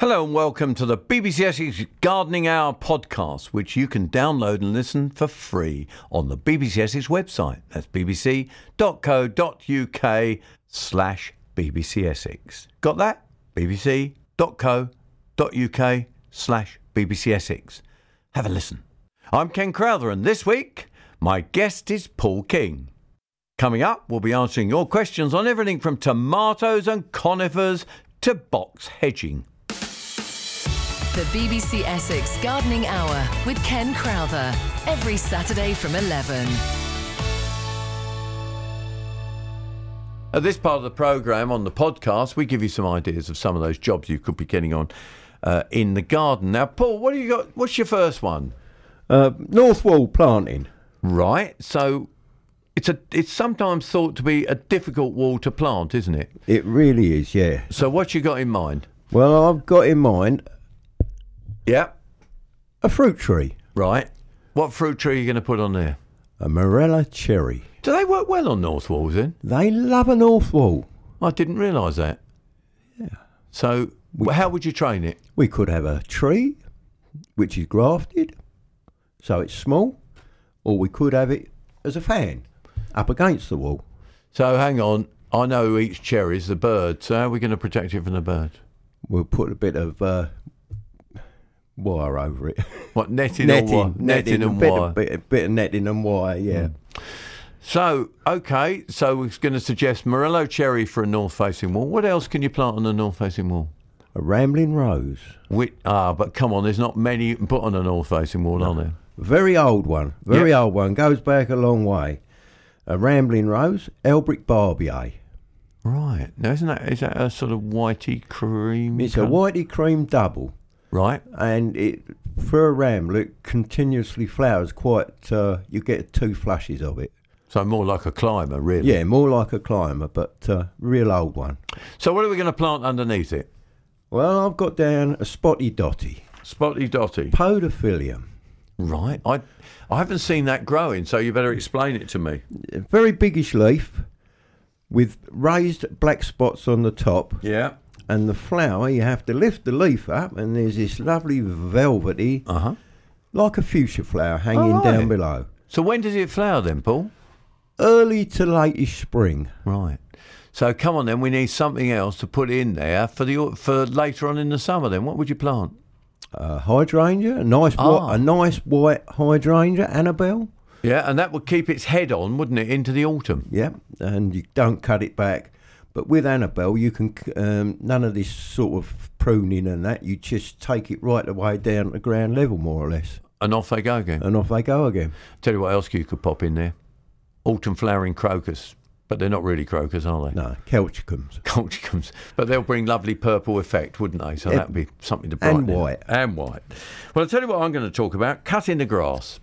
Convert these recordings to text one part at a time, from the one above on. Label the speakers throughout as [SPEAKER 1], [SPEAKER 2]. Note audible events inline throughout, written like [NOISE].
[SPEAKER 1] Hello and welcome to the BBC Essex Gardening Hour podcast, which you can download and listen for free on the BBC Essex website. That's bbc.co.uk slash BBC Essex. Got that? bbc.co.uk slash BBC Essex. Have a listen. I'm Ken Crowther and this week my guest is Paul King. Coming up, we'll be answering your questions on everything from tomatoes and conifers to box hedging.
[SPEAKER 2] The BBC Essex Gardening Hour with Ken Crowther. Every Saturday from 11.
[SPEAKER 1] At this part of the programme on the podcast, we give you some ideas of some of those jobs you could be getting on uh, in the garden. Now, Paul, what do you got? What's your first one?
[SPEAKER 3] Uh, north wall planting.
[SPEAKER 1] Right. So it's a it's sometimes thought to be a difficult wall to plant, isn't it?
[SPEAKER 3] It really is, yeah.
[SPEAKER 1] So what you got in mind?
[SPEAKER 3] Well, I've got in mind
[SPEAKER 1] Yeah.
[SPEAKER 3] a fruit tree,
[SPEAKER 1] Right. What fruit tree are you going to put on there?
[SPEAKER 3] a morella cherry.
[SPEAKER 1] Do they work well on north walls then?
[SPEAKER 3] They love a north wall.
[SPEAKER 1] I didn't realise that. Yeah. So wh- how would you train it?
[SPEAKER 3] We could have a tree, which is grafted, so it's small, or we could have it as a fan up against the wall.
[SPEAKER 1] So hang on. I know each cherry is the bird. So how are we going to protect it from the bird?
[SPEAKER 3] We'll put a bit of uh, wire over it.
[SPEAKER 1] What netting, or wire? netting
[SPEAKER 3] a
[SPEAKER 1] and
[SPEAKER 3] bit,
[SPEAKER 1] wire. Mm.
[SPEAKER 3] Of, bit, bit of netting and wire, yeah.
[SPEAKER 1] So okay, so we're going to suggest Morello cherry for a north facing wall. What else can you plant on a north facing wall?
[SPEAKER 3] A rambling rose,
[SPEAKER 1] Which, ah, but come on, there's not many you can put on a north facing wall, are there?
[SPEAKER 3] very old one, very
[SPEAKER 1] Yep.
[SPEAKER 3] old one, goes back a long way. A rambling rose, Elbrick Barbier.
[SPEAKER 1] Right. Now isn't that is that a sort of whitey cream?
[SPEAKER 3] It's a
[SPEAKER 1] colour?
[SPEAKER 3] whitey cream double.
[SPEAKER 1] Right.
[SPEAKER 3] and it for a ramble it continuously flowers quite uh, you get two flushes of it
[SPEAKER 1] So more like a climber, really.
[SPEAKER 3] yeah more like a climber but uh, real old one
[SPEAKER 1] So what are we going to plant underneath it?
[SPEAKER 3] well i've got down a spotty dotty
[SPEAKER 1] Spotty dotty.
[SPEAKER 3] podophyllum
[SPEAKER 1] Right. I I haven't seen that growing, so you better explain it to me.
[SPEAKER 3] a very biggish leaf with raised black spots on the top
[SPEAKER 1] Yeah.
[SPEAKER 3] and the flower you have to lift the leaf up and there's this lovely velvety
[SPEAKER 1] Uh huh.
[SPEAKER 3] like a fuchsia flower hanging
[SPEAKER 1] right.
[SPEAKER 3] down below
[SPEAKER 1] So when does it flower then, Paul?
[SPEAKER 3] early to lateish spring
[SPEAKER 1] Right. So come on then, we need something else to put in there for the for later on in the summer. Then what would you plant?
[SPEAKER 3] a hydrangea, a nice
[SPEAKER 1] Ah.
[SPEAKER 3] white, a nice white hydrangea, Annabelle.
[SPEAKER 1] Yeah, and that would keep its head on, wouldn't it, into the autumn?
[SPEAKER 3] Yeah, and you don't cut it back. But with Annabelle, you can c- um, none of this sort of pruning and that. You just take it right the way down to ground level, more or less,
[SPEAKER 1] And off they go again.
[SPEAKER 3] and off they go again.
[SPEAKER 1] Tell you what else you could pop in there: autumn flowering crocus, but they're not really crocus, are they?
[SPEAKER 3] No, Kelchicums.
[SPEAKER 1] Colchicums, but they'll bring lovely purple effect, wouldn't they? So
[SPEAKER 3] Yeah.
[SPEAKER 1] that'd be something to brighten.
[SPEAKER 3] And
[SPEAKER 1] it.
[SPEAKER 3] white.
[SPEAKER 1] And white. Well, I'll tell you what I'm going to talk about cutting the grass.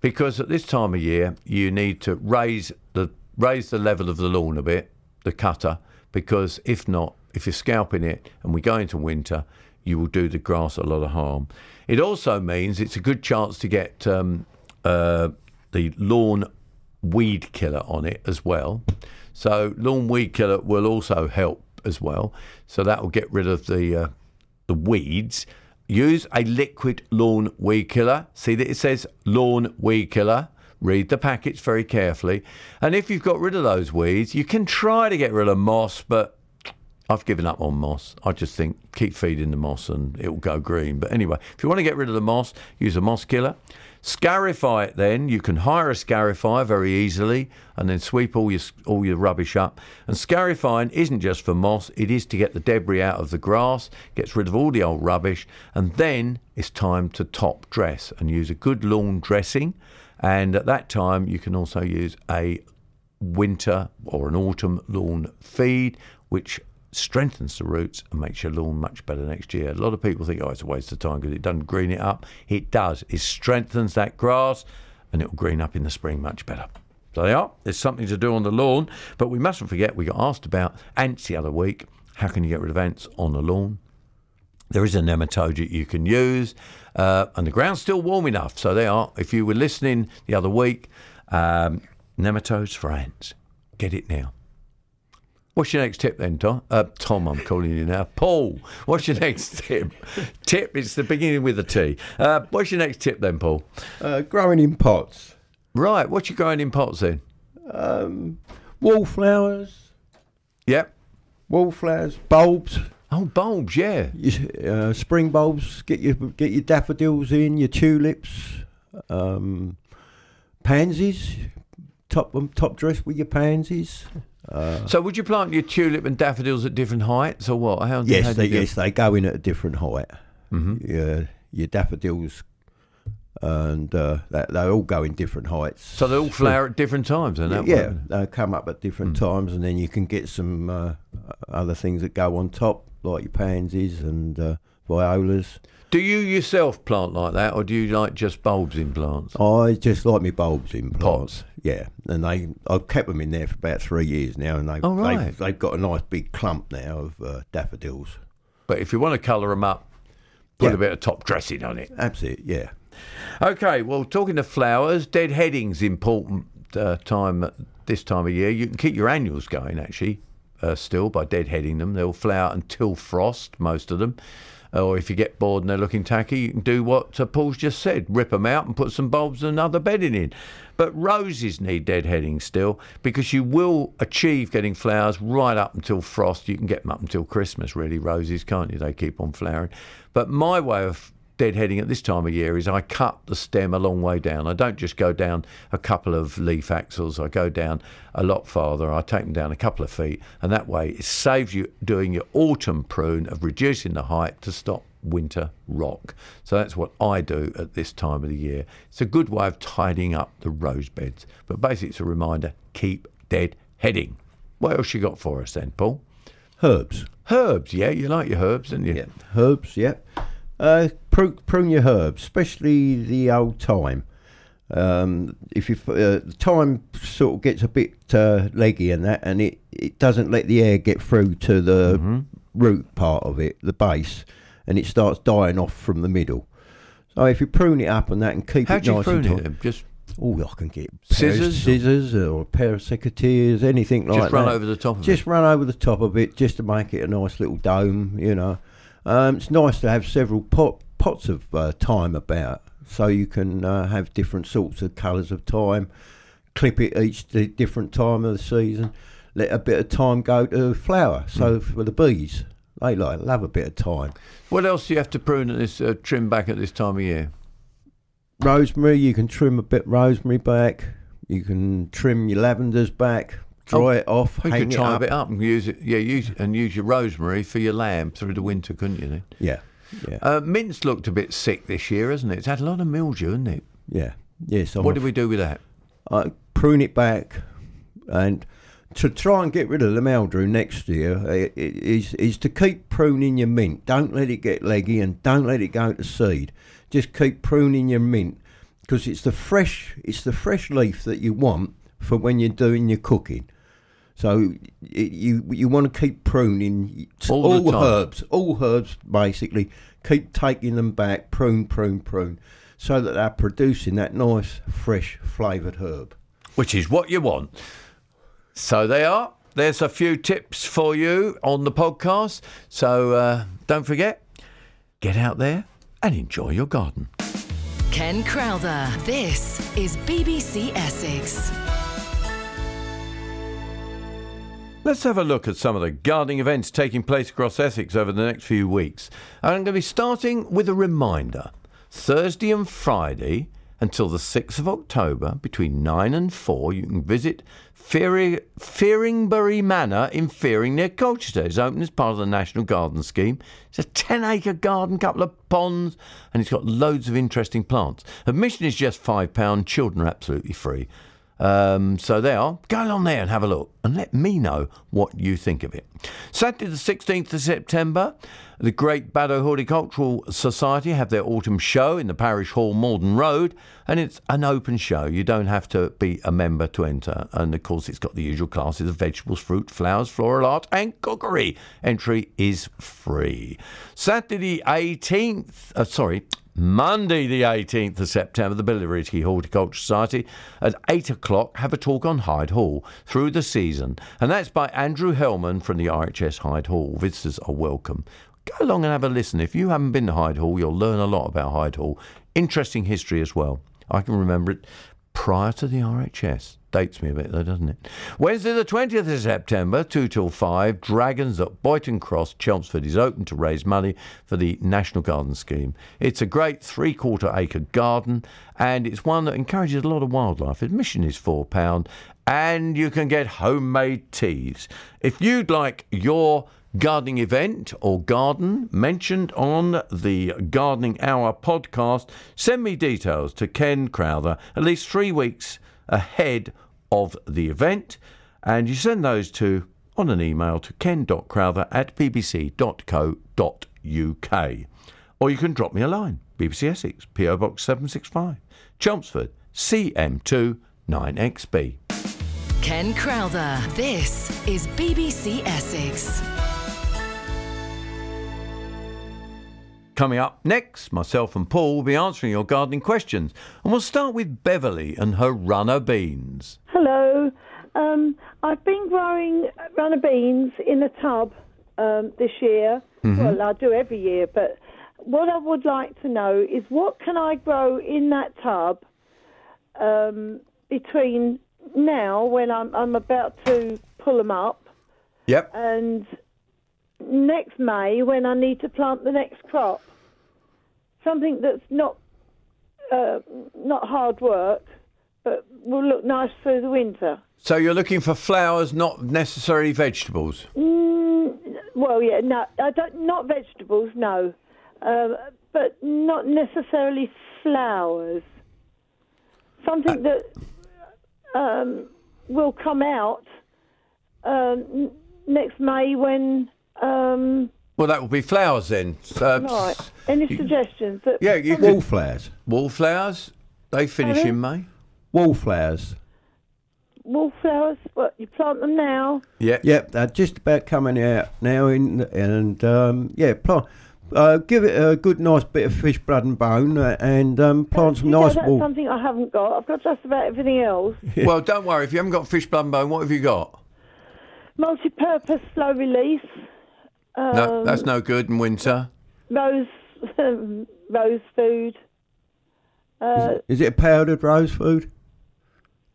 [SPEAKER 1] Because at this time of year, you need to raise the raise the level of the lawn a bit, the cutter, because if not, if you're scalping it and we go into winter, you will do the grass a lot of harm. It also means it's a good chance to get um, uh, the lawn weed killer on it as well. So lawn weed killer will also help as well. So that will get rid of the uh, the weeds. Use a liquid lawn weed killer. See that it says lawn weed killer. Read the packets very carefully. And if you've got rid of those weeds, you can try to get rid of moss, but I've given up on moss. I just think keep feeding the moss and it will go green. But anyway, if you want to get rid of the moss, use a moss killer. Scarify it then. You can hire a scarifier very easily and then sweep all your all your rubbish up. And scarifying isn't just for moss, it is to get the debris out of the grass, gets rid of all the old rubbish, and then it's time to top dress and use a good lawn dressing. And at that time you can also use a winter or an autumn lawn feed, which strengthens the roots and makes your lawn much better next year. A lot of people think, oh, it's a waste of time because it doesn't green it up. It does. It strengthens that grass and it will green up in the spring much better. So there you are. There's something to do on the lawn, but we mustn't forget we got asked about ants the other week. How can you get rid of ants on the lawn? There is a nematode you can use, uh, and the ground's still warm enough. So they are. If you were listening the other week, um, nematodes for ants, get it now. What's your next tip then, Tom? Uh, Tom, I'm calling you now. Paul, what's your next [LAUGHS] tip? tip, it's the beginning with a T. Uh, what's your next tip then, Paul?
[SPEAKER 3] Uh, growing in pots.
[SPEAKER 1] Right, what you growing in pots then?
[SPEAKER 3] Um, Wallflowers,
[SPEAKER 1] Yep.
[SPEAKER 3] wallflowers, bulbs,
[SPEAKER 1] Oh, bulbs, yeah.
[SPEAKER 3] your, uh, spring bulbs. Get your get your daffodils in, your tulips, um, pansies. Top um, top dress with your pansies. uh,
[SPEAKER 1] So would you plant your tulip and daffodils at different heights or what? How, how
[SPEAKER 3] Yes,
[SPEAKER 1] do
[SPEAKER 3] they,
[SPEAKER 1] you do- Mm-hmm.
[SPEAKER 3] yes, they go in at a different height. Your, your daffodils, and uh, they, they all go in different heights.
[SPEAKER 1] So they all flower at different times, and that Hmm.
[SPEAKER 3] yeah, they come up at different times, and then you can get some uh, other things that go on top, like your pansies and uh, violas.
[SPEAKER 1] Do you yourself plant like that, or do you like just bulbs in plants?
[SPEAKER 3] I just like my bulbs in plants.
[SPEAKER 1] Pots.
[SPEAKER 3] Yeah, and they I've kept them in there for about three years now, and they,
[SPEAKER 1] Oh, right.
[SPEAKER 3] they've, they've got a nice big clump now of uh, daffodils.
[SPEAKER 1] But if you want to colour them up, put
[SPEAKER 3] Yeah.
[SPEAKER 1] a bit of top dressing on it.
[SPEAKER 3] That's it, yeah.
[SPEAKER 1] Okay, well, talking of flowers, dead heading's important uh, time at this time of year. You can keep your annuals going actually, uh, still by dead heading them. They'll flower until frost, most of them. Or if you get bored and they're looking tacky, you can do what uh, Paul's just said: rip them out and put some bulbs and another bedding in. But roses need dead heading still because you will achieve getting flowers right up until frost. You can get them up until Christmas, really. Roses, can't you? They keep on flowering. But my way of deadheading at this time of year is I cut the stem a long way down. I don't just go down a couple of leaf axils. I go down a lot farther. I take them down a couple of feet, and that way it saves you doing your autumn prune of reducing the height to stop winter rock. So that's what I do at this time of the year. It's a good way of tidying up the rose beds. But basically, it's a reminder: keep dead heading. What else you got for us then, Paul?
[SPEAKER 3] Herbs,
[SPEAKER 1] Herbs, yeah, you like your herbs, don't you?
[SPEAKER 3] yeah, herbs, yeah. Uh, prune, prune your herbs, especially the old thyme. Um, if you f- uh, the thyme sort of gets a bit uh, leggy and that, and it, it doesn't let the air get through to the
[SPEAKER 1] Mm-hmm.
[SPEAKER 3] root part of it, the base, and it starts dying off from the middle. So if you prune it up and that, and keep
[SPEAKER 1] How
[SPEAKER 3] it
[SPEAKER 1] do you
[SPEAKER 3] nice
[SPEAKER 1] prune
[SPEAKER 3] and tight,
[SPEAKER 1] it? then? Just
[SPEAKER 3] Oh, I can get scissors,
[SPEAKER 1] Scissors?
[SPEAKER 3] scissors, or a pair of secateurs, anything like
[SPEAKER 1] just
[SPEAKER 3] that.
[SPEAKER 1] run over the top of it.
[SPEAKER 3] Just run over the top of it, just to make it a nice little dome. You know, um, it's nice to have several pot, pots of uh, thyme about, so you can uh, have different sorts of colours of thyme. Clip it each di- different time of the season. Let a bit of thyme go to flower. So
[SPEAKER 1] Hmm.
[SPEAKER 3] for the bees, they like love a bit of thyme.
[SPEAKER 1] What else do you have to prune at this uh, trim back at this time of year?
[SPEAKER 3] rosemary. You can trim a bit rosemary back. You can trim your lavenders back. Dry it off.
[SPEAKER 1] You
[SPEAKER 3] hang
[SPEAKER 1] Oh, could
[SPEAKER 3] it
[SPEAKER 1] tie
[SPEAKER 3] up.
[SPEAKER 1] it up and use it, yeah, use and use your rosemary for your lamb through the winter, couldn't you? Then?
[SPEAKER 3] Yeah, yeah,
[SPEAKER 1] Uh, mince looked a bit sick this year, hasn't it? It's had a lot of mildew, hasn't it?
[SPEAKER 3] yeah. Yes.
[SPEAKER 1] What do we do with that?
[SPEAKER 3] I uh, prune it back, and to try and get rid of the mildew next year i- i- is is to keep pruning your mint. Don't let it get leggy and don't let it go to seed. Just keep pruning your mint because it's the fresh it's the fresh leaf that you want for when you're doing your cooking. So it, you you want to keep pruning s-
[SPEAKER 1] All the time.
[SPEAKER 3] herbs, all herbs basically. Keep taking them back, prune, prune, prune, so that they're producing that nice, fresh, flavoured herb.
[SPEAKER 1] Which is what you want. So they are. There's a few tips for you on the podcast. So uh, don't forget, get out there and enjoy your garden.
[SPEAKER 2] Ken Crowther. This is BBC Essex.
[SPEAKER 1] Let's have a look at some of the gardening events taking place across Essex over the next few weeks. And I'm going to be starting with a reminder Thursday and Friday until the 6th of October, between 9 and 4, you can visit Fearing, Fearingbury Manor in Fearing near Colchester. It's open as part of the National Garden Scheme. It's a 10 acre garden, couple of ponds, and it's got loads of interesting plants. Admission is just £5, children are absolutely free. Um, so there, are. go along there and have a look and let me know what you think of it. Saturday, the 16th of September, the Great Baddow Horticultural Society have their autumn show in the Parish Hall, Morden Road, and it's an open show. You don't have to be a member to enter. And of course, it's got the usual classes of vegetables, fruit, flowers, floral art, and cookery. Entry is free. Saturday, the 18th, uh, sorry, Monday, the 18th of September, the Billericay Horticulture Society at 8 o'clock have a talk on Hyde Hall through the season. And that's by Andrew Hellman from the RHS Hyde Hall. Visitors are welcome. Go along and have a listen. If you haven't been to Hyde Hall, you'll learn a lot about Hyde Hall. Interesting history as well. I can remember it prior to the RHS. Dates me a bit though, doesn't it? Wednesday, the 20th of September, 2 till 5, Dragons at Boyton Cross, Chelmsford is open to raise money for the National Garden Scheme. It's a great three quarter acre garden and it's one that encourages a lot of wildlife. Admission is £4 and you can get homemade teas. If you'd like your gardening event or garden mentioned on the Gardening Hour podcast, send me details to Ken Crowther at least three weeks ahead of the event. And you send those to on an email to ken.crowther at bbc.co.uk. Or you can drop me a line, BBC Essex, PO Box 765, Chelmsford, CM2 9XB.
[SPEAKER 2] Ken Crowther. This is BBC Essex.
[SPEAKER 1] Coming up next, myself and Paul will be answering your gardening questions. And we'll start with Beverly and her runner beans.
[SPEAKER 4] Hello. Um, I've been growing runner beans in a tub um, this year. Well, I do every year, but what I would like to know is what can I grow in that tub um, between now, when I'm, I'm about to pull them up,
[SPEAKER 1] Yep.
[SPEAKER 4] and next May when I need to plant the next crop. Something that's not uh, not hard work, but will look nice through the winter.
[SPEAKER 1] So you're looking for flowers, not necessarily vegetables.
[SPEAKER 4] Mm, well, yeah, no, I don't, not vegetables, no, uh, but not necessarily flowers. Something that um, will come out um, n- next May when. Um,
[SPEAKER 1] Well, that would be flowers then. Uh,
[SPEAKER 4] right. Any suggestions? That
[SPEAKER 1] Yeah, you could.
[SPEAKER 3] Wallflowers.
[SPEAKER 1] Wallflowers, they finish in May.
[SPEAKER 3] Wallflowers.
[SPEAKER 4] wallflowers. What you plant them now?
[SPEAKER 1] Yeah.
[SPEAKER 3] Yep, they're just about coming out now. In and um, yeah, plant. Uh, give it a good, nice bit of fish, blood and bone, uh, and um, plant some
[SPEAKER 4] You know,
[SPEAKER 3] nice
[SPEAKER 4] that's
[SPEAKER 3] [LAUGHS] wall.
[SPEAKER 4] something I haven't got. I've got just about everything else.
[SPEAKER 1] Well, don't worry. If you haven't got fish plum bone, what have you got?
[SPEAKER 4] Multi-purpose slow release. Um,
[SPEAKER 1] No, that's no good in winter.
[SPEAKER 4] rose [LAUGHS] rose food. Uh,
[SPEAKER 3] Is it powdered rose food?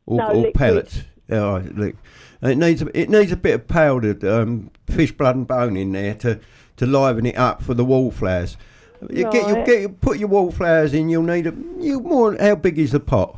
[SPEAKER 3] Or,
[SPEAKER 4] No,
[SPEAKER 3] or
[SPEAKER 4] liquid.
[SPEAKER 3] pellets? Yeah, all right, lick. And It needs a, it needs a bit of powdered um, fish blood and bone in there to, to liven it up for the wallflowers. You get you
[SPEAKER 4] Right.
[SPEAKER 3] get you put your wallflowers in. You'll need a you more. How big is the pot?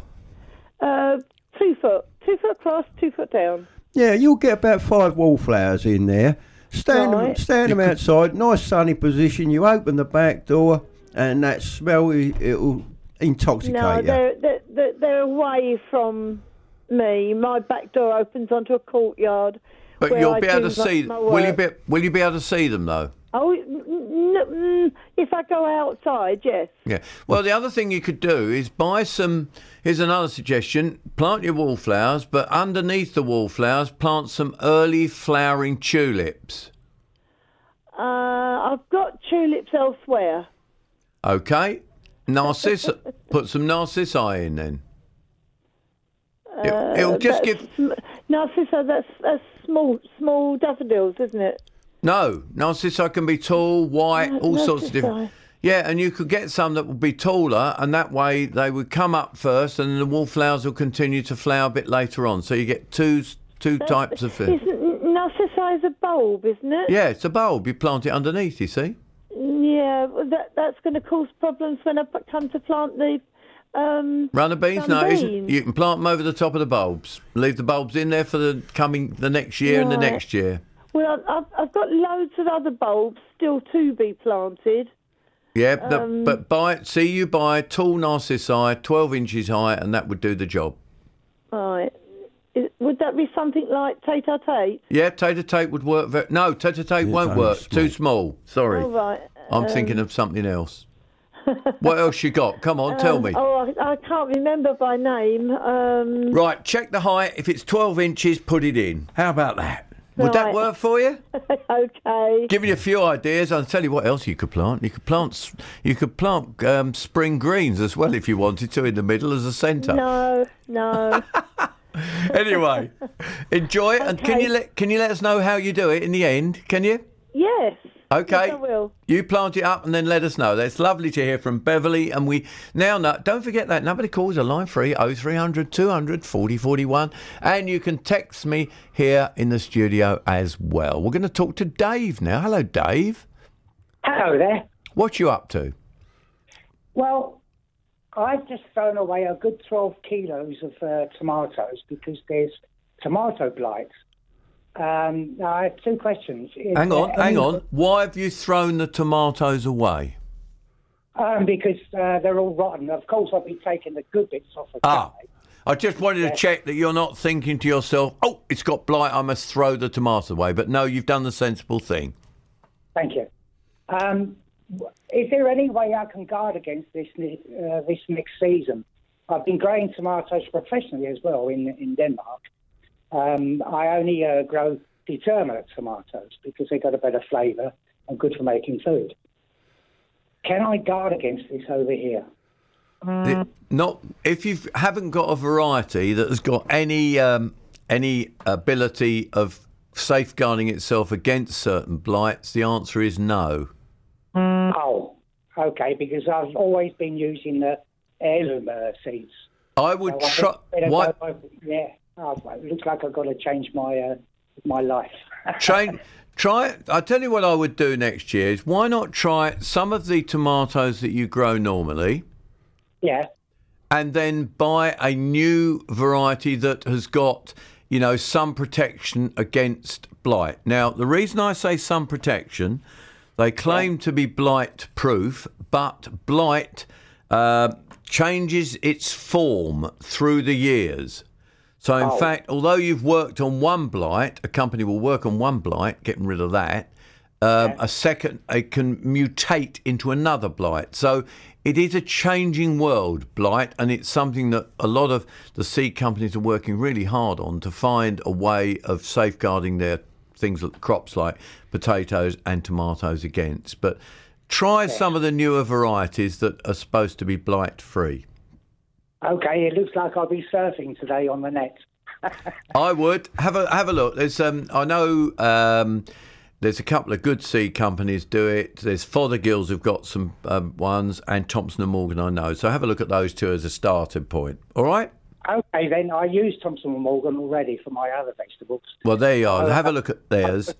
[SPEAKER 4] uh, two foot, two foot across, two foot down.
[SPEAKER 3] Yeah, you'll get about five wallflowers in there. Stand them,
[SPEAKER 4] Right.
[SPEAKER 3] stand them outside, nice sunny position. You open the back door, and that smell i- it'll intoxicate
[SPEAKER 4] No,
[SPEAKER 3] you.
[SPEAKER 4] they're, they're they're they're away from me. My back door opens onto a courtyard.
[SPEAKER 1] But
[SPEAKER 4] where
[SPEAKER 1] you'll
[SPEAKER 4] I
[SPEAKER 1] be able
[SPEAKER 4] do
[SPEAKER 1] to see.
[SPEAKER 4] my- my
[SPEAKER 1] Will you
[SPEAKER 4] work.
[SPEAKER 1] be? Will you be able to see them though?
[SPEAKER 4] Oh, n- n- mm, if I go outside, yes.
[SPEAKER 1] Yeah. Well, the other thing you could do is buy some. Here's another suggestion: plant your wallflowers, but underneath the wallflowers, plant some early flowering tulips.
[SPEAKER 4] Uh, I've got tulips elsewhere.
[SPEAKER 1] Okay. Narciss.
[SPEAKER 4] [LAUGHS]
[SPEAKER 1] put some narcissi in then. It, it'll just
[SPEAKER 4] Uh, That's
[SPEAKER 1] give.
[SPEAKER 4] sm- Narcissa, that's, that's small small daffodils, isn't it?
[SPEAKER 1] No, narcissi can be tall, white,
[SPEAKER 4] No,
[SPEAKER 1] all sorts of different.
[SPEAKER 4] narcissi.
[SPEAKER 1] Yeah, and you could get some that would be taller, and that way they would come up first, and the wallflowers will continue to flower a bit later on. So you get two two types of things.
[SPEAKER 4] Isn't Narcissa is a bulb, isn't it?
[SPEAKER 1] Yeah, it's a bulb. You plant it underneath. You see.
[SPEAKER 4] Yeah, well, that that's going to cause problems when I p- come to plant the. Um,
[SPEAKER 1] Runner beans?
[SPEAKER 4] Runner
[SPEAKER 1] no, isn't-
[SPEAKER 4] beans.
[SPEAKER 1] you can plant them over the top of the bulbs. Leave the bulbs in there for the coming the next year and the
[SPEAKER 4] Right.
[SPEAKER 1] next year.
[SPEAKER 4] well, I've, I've got loads of other bulbs still to be planted.
[SPEAKER 1] Yeah, but-
[SPEAKER 4] Um,
[SPEAKER 1] but buy see you buy tall narcissi, twelve inches high, and that would do the job.
[SPEAKER 4] Right. Is, would that be something like tete a tete?
[SPEAKER 1] Yeah, tater tape would work. Very, no, tater tape won't
[SPEAKER 3] only
[SPEAKER 1] work.
[SPEAKER 3] small.
[SPEAKER 1] Too small. Sorry,
[SPEAKER 4] All right.
[SPEAKER 1] I'm thinking
[SPEAKER 4] um,
[SPEAKER 1] of
[SPEAKER 4] [LAUGHS]
[SPEAKER 1] something else. what else you got? Come on, tell me.
[SPEAKER 4] Oh, I, I can't remember by name. Um,
[SPEAKER 1] Right, check the height. If it's twelve inches, put it in. How about that? Would that
[SPEAKER 4] Right.
[SPEAKER 1] work for you?
[SPEAKER 4] [LAUGHS] okay.
[SPEAKER 1] Give me a few ideas. I'll tell you what else you could plant. You could plant, s- you could plant um, spring greens as well if you wanted to in the middle as a centre.
[SPEAKER 4] No,
[SPEAKER 1] [LAUGHS]
[SPEAKER 4] no. [LAUGHS]
[SPEAKER 1] Anyway, enjoy it, and can
[SPEAKER 4] Okay.
[SPEAKER 1] you let can you let us know how you do it in the end? Can you?
[SPEAKER 4] yes.
[SPEAKER 1] Okay.
[SPEAKER 4] Yes, I will.
[SPEAKER 1] You plant it up and then let us know. That's lovely to hear from Beverly. And we now know, don't forget that number to call is a line oh, free 0300 200 4041. And you can text me here in the studio as well. We're going to talk to Dave now. Hello, Dave.
[SPEAKER 5] Hello there.
[SPEAKER 1] What you up to?
[SPEAKER 5] Well, I've just thrown away a good 12 kilos of uh, tomatoes because there's tomato blight. Um, now I have two questions. Is
[SPEAKER 1] Hang on,
[SPEAKER 5] there
[SPEAKER 1] hang
[SPEAKER 5] any-
[SPEAKER 1] on. Why have you thrown the tomatoes away?
[SPEAKER 5] Um, because uh, they're all rotten. Of course, I'll be taking the good bits off of
[SPEAKER 1] Ah. I just wanted to check that you're not thinking to yourself, oh, it's got blight, I must throw the tomato away. But no, you've done the sensible thing.
[SPEAKER 5] Thank you. Um, w- is there any way I can guard against this ne- uh, this next season? I've been growing tomatoes professionally as well in in Denmark. Um, I only uh, grow determinate tomatoes because they got a better flavour and good for making food. Can I guard against this over here?
[SPEAKER 1] It- not if you haven't got a variety that has got any um, any ability of safeguarding itself against certain blights. The answer is no.
[SPEAKER 5] Oh, okay. Because I've always been using the heirloom uh, seeds.
[SPEAKER 1] I would
[SPEAKER 5] I
[SPEAKER 1] try.
[SPEAKER 5] think-
[SPEAKER 1] Why
[SPEAKER 5] Yeah. Oh, well, it looks like I've got to change my uh, my life.
[SPEAKER 1] try try? I tell you what I would do next year is why not try some of the tomatoes that you grow normally.
[SPEAKER 5] Yeah.
[SPEAKER 1] and then buy a new variety that has got, you know, some protection against blight. Now, the reason I say some protection, they claim to be blight proof, but blight uh, changes its form through the years. So, in fact, although you've worked on one blight, a company will work on one blight, getting rid of that. Um, A second, it can mutate into another blight. So it is a changing world, blight, and it's something that a lot of the seed companies are working really hard on to find a way of safeguarding their things, like crops like potatoes and tomatoes against. But try some of the newer varieties that are supposed to be blight free.
[SPEAKER 5] Okay, it looks like I'll be surfing today on the net.
[SPEAKER 1] I would have a have a look. There's um, I know um, there's a couple of good seed companies do it. There's Fothergills who've got some um, ones, and Thompson and Morgan I know. So have a look at those two as a starting point. All right.
[SPEAKER 5] Okay, then I used Thompson and Morgan already for my other vegetables.
[SPEAKER 1] Well, there you are. Have a look at theirs.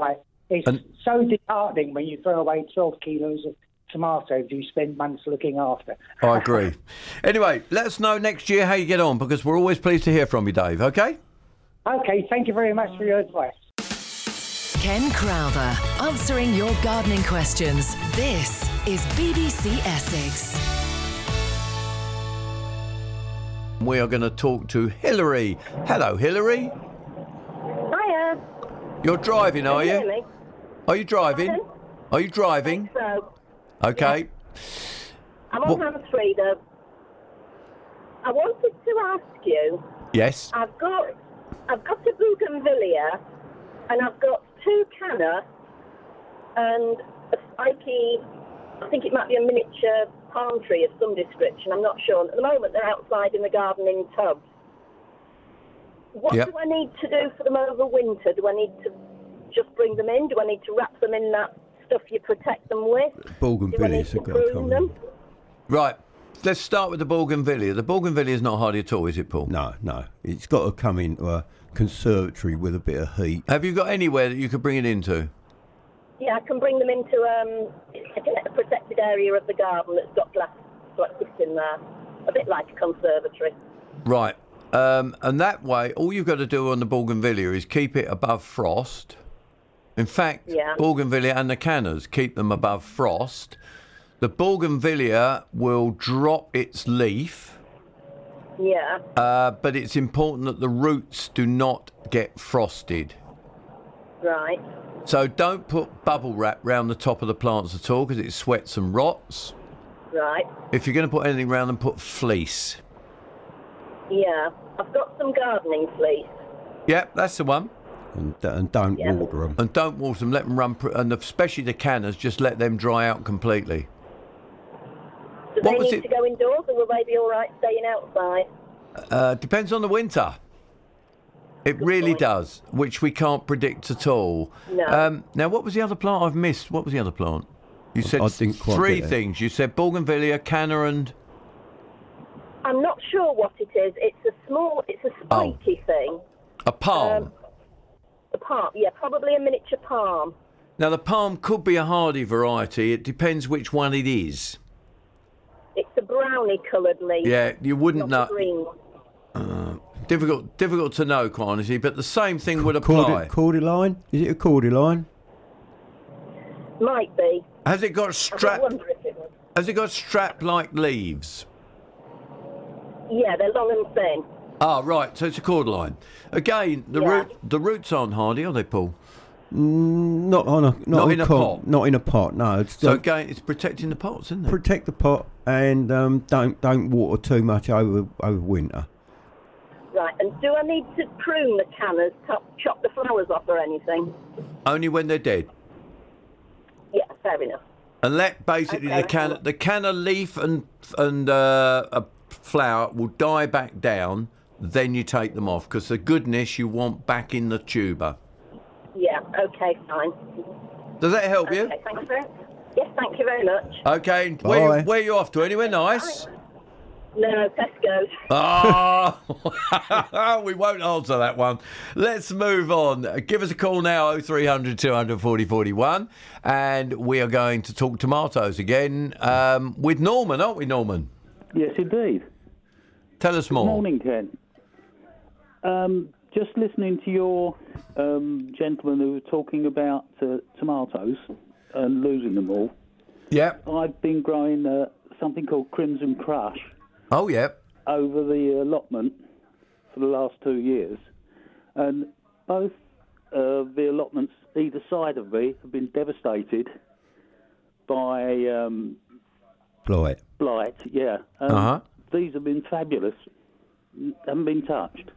[SPEAKER 5] Right, It's
[SPEAKER 1] And-
[SPEAKER 5] so disheartening when you throw away 12 kilos of tomatoes you spend months looking after.
[SPEAKER 1] I agree. Anyway, let us know next year how you get on because we're always pleased to hear from you, Dave. Okay.
[SPEAKER 5] Okay, thank you very much for your advice.
[SPEAKER 2] Ken Crowther, answering your gardening questions. This is BBC Essex.
[SPEAKER 1] We are going to talk to Hillary. Hello, Hillary.
[SPEAKER 6] Hiya.
[SPEAKER 1] You're driving, are
[SPEAKER 6] Can you
[SPEAKER 1] you?
[SPEAKER 6] hear me?
[SPEAKER 1] Are you driving?
[SPEAKER 6] Pardon?
[SPEAKER 1] Are you driving?
[SPEAKER 6] So,
[SPEAKER 1] Okay.
[SPEAKER 6] I'm on
[SPEAKER 1] What-
[SPEAKER 6] hands free though. I wanted to ask you.
[SPEAKER 1] Yes.
[SPEAKER 6] I've got, I've got a bougainvillea, and I've got two canna, and a spiky. I think it might be a miniature palm tree of some description. I'm not sure. At the moment, they're outside in the garden in tubs. What
[SPEAKER 1] Yep.
[SPEAKER 6] do I need to do for them over winter? Do I need to just bring them in? Do I need to wrap them in that stuff you protect them with? Do I need
[SPEAKER 3] Bougainvilleas
[SPEAKER 6] to
[SPEAKER 3] have got to
[SPEAKER 6] prune
[SPEAKER 3] come
[SPEAKER 6] them?
[SPEAKER 3] in.
[SPEAKER 1] Right. Let's start with the bougainvillea. The bougainvillea is not hardy at all, is it, Paul?
[SPEAKER 3] No, no. It's got to come into a conservatory with a bit of heat.
[SPEAKER 1] Have you got anywhere that you could bring it into?
[SPEAKER 6] Yeah, I can bring them into um, it's like a protected area of the garden that's got glass so it sits in there, a bit like a conservatory.
[SPEAKER 1] Right. Um, and that way, all you've got to do on the bougainvillea is keep it above frost. In fact,
[SPEAKER 6] Yeah.
[SPEAKER 1] bougainvillea and the cannas keep them above frost. The bougainvillea will drop its leaf,
[SPEAKER 6] Yeah,
[SPEAKER 1] uh, but it's important that the roots do not get frosted.
[SPEAKER 6] right.
[SPEAKER 1] So don't put bubble wrap round the top of the plants at all because it sweats and rots.
[SPEAKER 6] Right.
[SPEAKER 1] If you're going to put anything round them, put fleece.
[SPEAKER 6] Yeah. I've got some gardening fleece.
[SPEAKER 1] Yep, that's the one.
[SPEAKER 3] and, uh, and don't
[SPEAKER 6] Yeah.
[SPEAKER 3] water them.
[SPEAKER 1] And don't water them, let them run, pr- and especially the canners, just let them dry out completely.
[SPEAKER 6] Do
[SPEAKER 1] What
[SPEAKER 6] they
[SPEAKER 1] was
[SPEAKER 6] need
[SPEAKER 1] it-
[SPEAKER 6] to go indoors or will they be all right staying outside?
[SPEAKER 1] Uh, depends on the winter. It really
[SPEAKER 6] point.
[SPEAKER 1] does, which we can't predict at all.
[SPEAKER 6] No.
[SPEAKER 1] Um, now, what was the other plant I've missed? What was the other plant? You said
[SPEAKER 3] I didn't quite
[SPEAKER 1] three
[SPEAKER 3] get it.
[SPEAKER 1] things. You said bougainvillea, canna, and
[SPEAKER 6] I'm not sure what it is. It's a small, it's a
[SPEAKER 1] Oh.
[SPEAKER 6] spiky thing.
[SPEAKER 1] a palm.
[SPEAKER 6] Um, A palm, yeah, probably a miniature palm.
[SPEAKER 1] now, the palm could be a hardy variety. It depends which one it is.
[SPEAKER 6] It's a brownie coloured leaf.
[SPEAKER 1] Yeah, you wouldn't
[SPEAKER 6] not a
[SPEAKER 1] know. Uh,
[SPEAKER 6] green. one.
[SPEAKER 1] Difficult, difficult to know, quite honestly. But the same thing would apply.
[SPEAKER 3] Cordy, cordyline? Is it a cordyline?
[SPEAKER 6] Might be.
[SPEAKER 1] Has it got
[SPEAKER 6] I
[SPEAKER 1] strap?
[SPEAKER 6] wonder if it was.
[SPEAKER 1] Has it got strap-like leaves?
[SPEAKER 6] Yeah, they're long and thin.
[SPEAKER 1] Ah, right. So it's a cordyline. Again, the
[SPEAKER 6] Yeah.
[SPEAKER 1] root, the roots aren't hardy, are they, Paul?
[SPEAKER 3] Mm, Not on a not,
[SPEAKER 1] Not
[SPEAKER 3] on
[SPEAKER 1] in a
[SPEAKER 3] con-
[SPEAKER 1] pot.
[SPEAKER 3] Not in a pot. No. It's
[SPEAKER 1] So
[SPEAKER 3] so
[SPEAKER 1] again, it's protecting the pots, isn't
[SPEAKER 3] [COUGHS]
[SPEAKER 1] it?
[SPEAKER 3] protect the pot and um, don't don't water too much over over winter.
[SPEAKER 6] Right, and do I need to prune the canners, top, chop the flowers off or anything?
[SPEAKER 1] Only when they're dead.
[SPEAKER 6] Yeah, fair enough.
[SPEAKER 1] And let basically the
[SPEAKER 6] Okay.
[SPEAKER 1] can the canna leaf and and uh, a flower will die back down. Then you take them off because the goodness you want back in the tuber.
[SPEAKER 6] Yeah, okay, fine.
[SPEAKER 1] Does that help you?
[SPEAKER 6] Okay, thank you very Yes, thank you very much.
[SPEAKER 1] Okay. and Where,
[SPEAKER 3] Bye.
[SPEAKER 1] you- where you off to? Anywhere nice?
[SPEAKER 6] No, Tesco.
[SPEAKER 1] Ah, [LAUGHS] we won't answer that one. Let's move on. Give us a call now, 0300 240 41, and we are going to talk tomatoes again um, with Norman, aren't we, Norman?
[SPEAKER 7] Yes, indeed.
[SPEAKER 1] Tell us more.
[SPEAKER 7] Morning, Ken. Um, just listening to your um, gentleman who was talking about uh, tomatoes and losing them all.
[SPEAKER 1] Yep.
[SPEAKER 7] I've been growing uh, something called Crimson Crush
[SPEAKER 1] Oh, yep.
[SPEAKER 7] over the allotment for the last two years, and both uh, the allotments either side of me have been devastated by um,
[SPEAKER 3] Blight.
[SPEAKER 7] blight. Yeah, um,
[SPEAKER 1] Uh-huh.
[SPEAKER 7] these have been fabulous. N- Haven't been touched.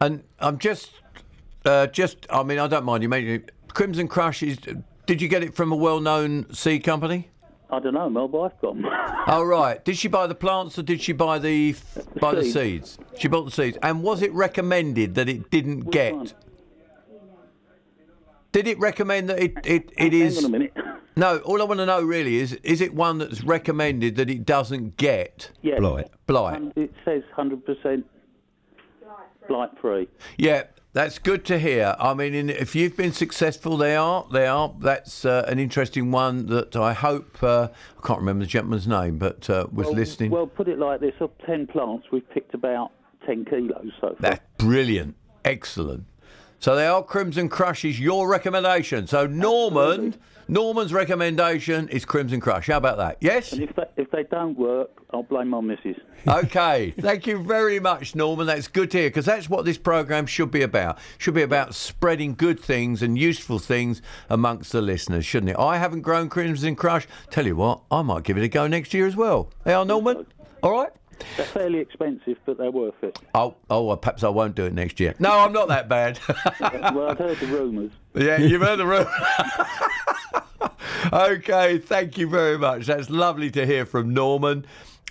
[SPEAKER 1] And I'm just, uh, just. I mean, I don't mind you mentioning it. Crimson Crush is. Did you get it from a well-known seed company?
[SPEAKER 7] I don't know. My wife got 'em.
[SPEAKER 1] Oh right. Did she buy the plants or did she buy the buy the seeds?
[SPEAKER 7] seeds.
[SPEAKER 1] She bought the seeds. And was it recommended that it didn't get?
[SPEAKER 7] one?
[SPEAKER 1] Did it recommend that it it, it
[SPEAKER 7] Hang
[SPEAKER 1] is?
[SPEAKER 7] on a minute.
[SPEAKER 1] No. All I want to know really is is it one that's recommended that it doesn't get
[SPEAKER 7] Yeah.
[SPEAKER 3] Blight.
[SPEAKER 1] blight?
[SPEAKER 7] Um, It says 100% blight free.
[SPEAKER 1] Yeah, that's good to hear. I mean, in, if you've been successful, they are. They are. That's uh, an interesting one that I hope. Uh, I can't remember the gentleman's name, but uh, was listening.
[SPEAKER 7] Well, put it like this: of ten plants, we've picked about ten kilos so far.
[SPEAKER 1] That's brilliant. Excellent. So they are Crimson Crush is your recommendation. So Norman, Norman's recommendation is Crimson Crush. How about that? Yes.
[SPEAKER 7] If they, if they don't work, I'll blame my missus. [LAUGHS]
[SPEAKER 1] okay. Thank you very much, Norman. That's good to hear because that's what this program should be about. Should be about spreading good things and useful things amongst the listeners, shouldn't it? I haven't grown Crimson Crush. Tell you what, I might give it a go next year as well. Hey, are Norman. All right.
[SPEAKER 7] They're fairly expensive, but they're worth it.
[SPEAKER 1] Oh, oh, well, perhaps I won't do it next year. No, I'm not that bad.
[SPEAKER 7] [LAUGHS] well, I've heard the rumours.
[SPEAKER 1] Yeah, you've heard the room. [LAUGHS] okay, thank you very much. That's lovely to hear from Norman.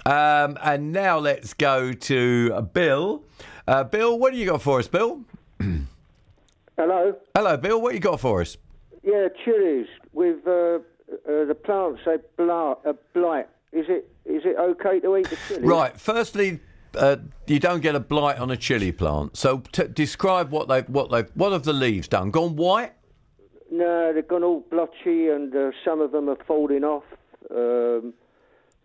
[SPEAKER 1] Um, and now let's go to Bill. Uh, Bill, what do you got for us, Bill?
[SPEAKER 8] Hello.
[SPEAKER 1] Hello, Bill. What you got for us?
[SPEAKER 8] Yeah, chilies with uh, uh, the plants they blight, uh, blight. Is it is it okay to eat the chili?
[SPEAKER 1] Right. Firstly, uh, you don't get a blight on a chili plant. So t- describe what they what they what have the leaves done? Gone white?
[SPEAKER 8] No, they've gone all blotchy, and uh, some of them are falling off. Um,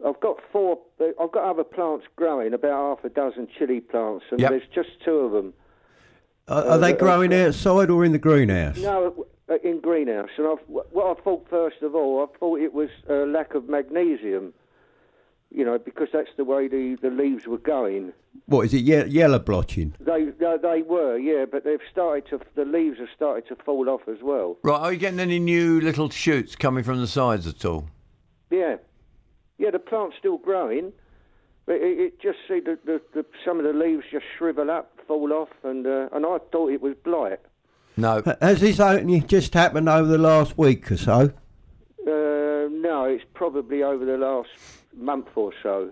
[SPEAKER 8] I've got four. uh, I've got other plants growing, about half a dozen chili plants, and
[SPEAKER 1] Yep.
[SPEAKER 8] there's just two of them.
[SPEAKER 3] Are, are they growing outside or in the greenhouse?
[SPEAKER 8] Uh, No, uh, in greenhouse. And I've, what I thought first of all, I thought it was a lack of magnesium. You know, because that's the way the, the leaves were going.
[SPEAKER 3] What is it? Ye- yellow blotching.
[SPEAKER 8] They, they they were, yeah, but they've started to. The leaves have started to fall off as well.
[SPEAKER 1] Right. Are you getting any new little shoots coming from the sides at all?
[SPEAKER 8] Yeah, yeah. The plant's still growing, but it, it just see the, the, the some of the leaves just shrivel up, fall off, and uh, and I thought it was blight.
[SPEAKER 1] No.
[SPEAKER 3] Ha- Has this only just happened over the last week or so?
[SPEAKER 8] Uh, no, it's probably over the last month or so.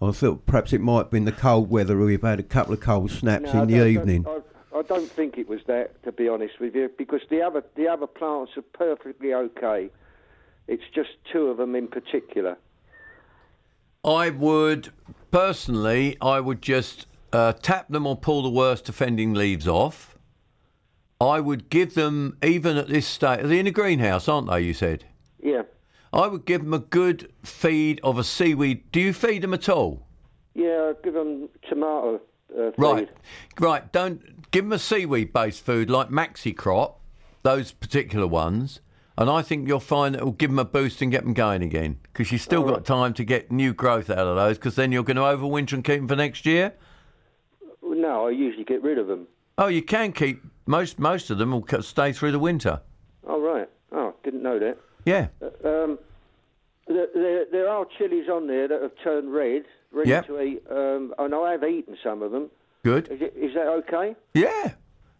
[SPEAKER 3] I thought perhaps it might have been the cold weather. We've had a couple of cold snaps
[SPEAKER 8] No, I
[SPEAKER 3] in the
[SPEAKER 8] don't- I don't-
[SPEAKER 3] evening.
[SPEAKER 8] I, I don't think it was that, to be honest with you, because the other the other plants are perfectly okay. It's just two of them in particular.
[SPEAKER 1] I would personally, I would just uh, tap them or pull the worst offending leaves off. I would give them, even at this stage, they're in a greenhouse, aren't they? You said.
[SPEAKER 8] Yeah,
[SPEAKER 1] I would give them a good feed of a seaweed. Do you feed them at all?
[SPEAKER 8] yeah. I'd give them tomato. Uh,
[SPEAKER 1] Right,
[SPEAKER 8] feed.
[SPEAKER 1] right. Don't give them a seaweed-based food like Maxi Crop, those particular ones, and I think you'll find it will give them a boost and get them going again because you've still got time to get new growth out of those. Because then you're going to overwinter and keep them for next year.
[SPEAKER 8] No, I usually get rid of them.
[SPEAKER 1] Oh, you can keep most. Most of them will c- stay through the winter.
[SPEAKER 8] Oh right. Oh, didn't know that.
[SPEAKER 1] Yeah,
[SPEAKER 8] Um, there, there, there are chilies on there that have turned red, ready
[SPEAKER 1] Yep.
[SPEAKER 8] to eat, um, and I have eaten some of them.
[SPEAKER 1] good.
[SPEAKER 8] Is, it, is that okay?
[SPEAKER 1] Yeah,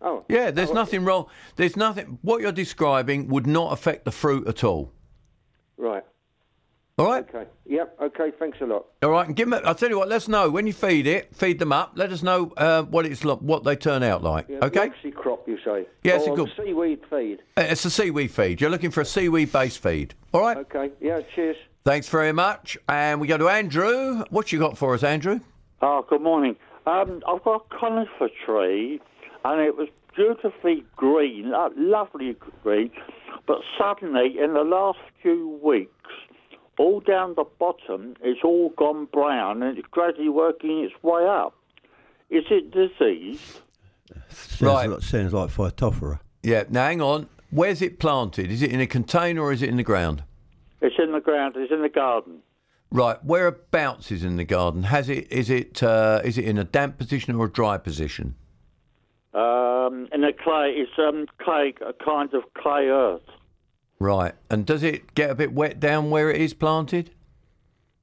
[SPEAKER 8] Oh,
[SPEAKER 1] yeah. There's nothing wrong. There's nothing. What you're describing would not affect the fruit at all.
[SPEAKER 8] right.
[SPEAKER 1] All right.
[SPEAKER 8] Okay. Yep. Okay. Thanks a lot.
[SPEAKER 1] All right, and give them. I'll tell you what. Let us know when you feed it. Feed them up. Let us know uh, what it's lo- what they turn out like.
[SPEAKER 8] Yeah,
[SPEAKER 1] okay,
[SPEAKER 8] Maxi crop, you say?
[SPEAKER 1] Yeah, it's
[SPEAKER 8] Or
[SPEAKER 1] a good-
[SPEAKER 8] seaweed feed.
[SPEAKER 1] Uh, it's a seaweed feed. You're looking for a seaweed-based feed. All right.
[SPEAKER 8] Okay. Yeah. Cheers.
[SPEAKER 1] Thanks very much. And we go to Andrew. What you got for us, Andrew?
[SPEAKER 9] Oh, good morning. Um, I've got a conifer tree, and it was beautifully green, uh, lovely green, but suddenly in the last few weeks, all down the bottom, it's all gone brown, and it's gradually working its way up. Is it diseased?
[SPEAKER 3] Sounds,
[SPEAKER 1] Right.
[SPEAKER 3] like, sounds like Phytophthora.
[SPEAKER 1] Yeah. Now hang on. Where's it planted? Is it in a container or is it in the ground?
[SPEAKER 9] It's in the ground. It's in the garden.
[SPEAKER 1] Right. Whereabouts is in the garden? Has it? Is it? Uh, is it in a damp position or a dry position?
[SPEAKER 9] Um, in the clay, it's um, clay, a kind of clay earth.
[SPEAKER 1] Right. And does it get a bit wet down where it is planted?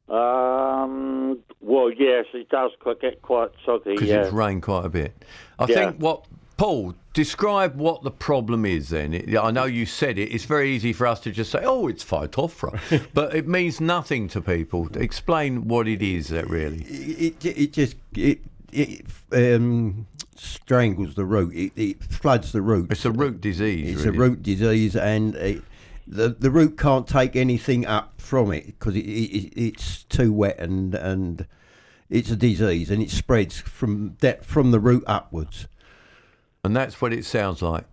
[SPEAKER 9] Um, well, yes, it does quite, get quite soggy.
[SPEAKER 1] because
[SPEAKER 9] Yeah.
[SPEAKER 1] it's rained quite a bit. I
[SPEAKER 9] Yeah.
[SPEAKER 1] think what Paul describe what the problem is. Then It- yeah, I know you said it. It's very easy for us to just say, "Oh, it's
[SPEAKER 9] [LAUGHS]
[SPEAKER 1] phytophthora," but it means nothing to people. Explain what it is that really.
[SPEAKER 3] It, it, it just it, it um, strangles the root. It, it floods the root.
[SPEAKER 1] It's a root disease.
[SPEAKER 3] It's
[SPEAKER 1] really.
[SPEAKER 3] a root disease, and it, the the root can't take anything up from it because it, it, it- it's too wet and and it's a disease, and it spreads from that from the root upwards.
[SPEAKER 1] and that's what it sounds like.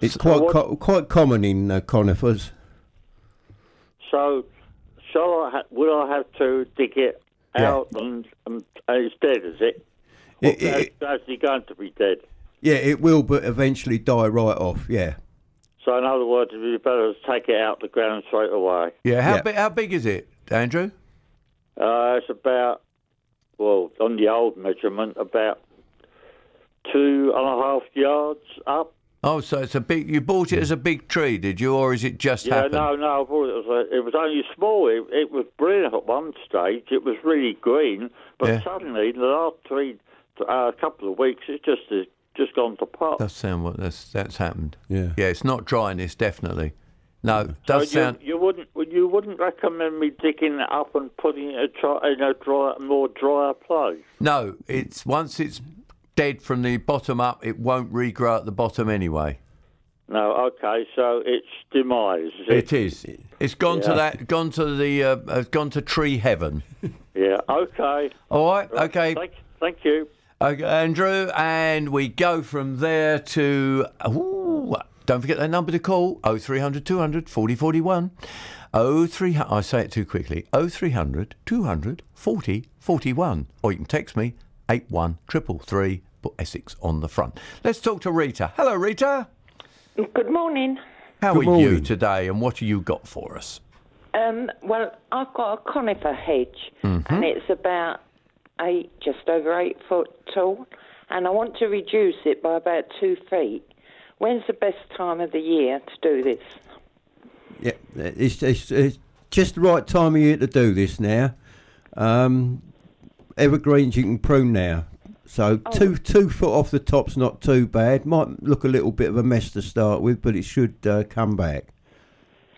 [SPEAKER 3] It's quite
[SPEAKER 9] what-
[SPEAKER 3] co- quite common in uh, conifers.
[SPEAKER 9] So, shall I ha- would I have to dig it
[SPEAKER 3] Yeah.
[SPEAKER 9] out and, and uh, it's dead, is it? Or
[SPEAKER 3] It-
[SPEAKER 9] it's
[SPEAKER 3] it-
[SPEAKER 9] actually going to be dead.
[SPEAKER 3] yeah, it will, but eventually die right off. Yeah,
[SPEAKER 9] So, in other words, it'd be better to take it out the ground straight away.
[SPEAKER 1] Yeah. How
[SPEAKER 3] Yeah.
[SPEAKER 1] big? How big is it, Andrew?
[SPEAKER 9] Uh, it's about, well, on the old measurement, about two and a half yards up.
[SPEAKER 1] Oh, so it's a big. You bought it as a big tree, did you, or is it just
[SPEAKER 9] Yeah,
[SPEAKER 1] happened?
[SPEAKER 9] no, no, I thought it was, a, it was only small. It, it was brilliant at one stage. It was really green, but
[SPEAKER 1] Yeah.
[SPEAKER 9] suddenly, in the last three, uh, couple of weeks, it's just it's just gone to pot.
[SPEAKER 1] Does sound what that's that's happened.
[SPEAKER 3] Yeah.
[SPEAKER 1] Yeah. It's not dryness, definitely. No, does
[SPEAKER 9] So you,
[SPEAKER 1] sound.
[SPEAKER 9] you wouldn't you wouldn't recommend me digging it up and putting it in a, dry, in a dry, more drier place?
[SPEAKER 1] No, it's once it's dead from the bottom up, it won't regrow at the bottom anyway.
[SPEAKER 9] No, okay, so it's demise. Is it?
[SPEAKER 1] It is. It's gone to
[SPEAKER 9] Yeah.
[SPEAKER 1] that. Gone to the. Uh, uh, gone to tree heaven.
[SPEAKER 9] Yeah, okay.
[SPEAKER 1] All right. Okay.
[SPEAKER 9] Thank, thank you.
[SPEAKER 1] okay. Andrew, and we go from there to. Ooh, don't forget that number to call 0300 200 4041. 0300, I say it too quickly 0300 200 40 41. Or you can text me 81333, put Essex on the front. Let's talk to Rita. Hello, Rita.
[SPEAKER 10] Good morning.
[SPEAKER 1] How
[SPEAKER 3] Good
[SPEAKER 1] are you
[SPEAKER 3] morning.
[SPEAKER 1] today, and what have you got for us?
[SPEAKER 10] Um, well, I've got a conifer hedge,
[SPEAKER 1] Mm-hmm.
[SPEAKER 10] and it's about eight, just over eight foot tall, and I want to reduce it by about two feet. When's the best time of the year to do this?
[SPEAKER 3] yeah, it's, it's, it's just the right time of year to do this now. Um, evergreens you can prune now. So two two foot off the top's not too bad. Might look a little bit of a mess to start with, but it should uh, come back.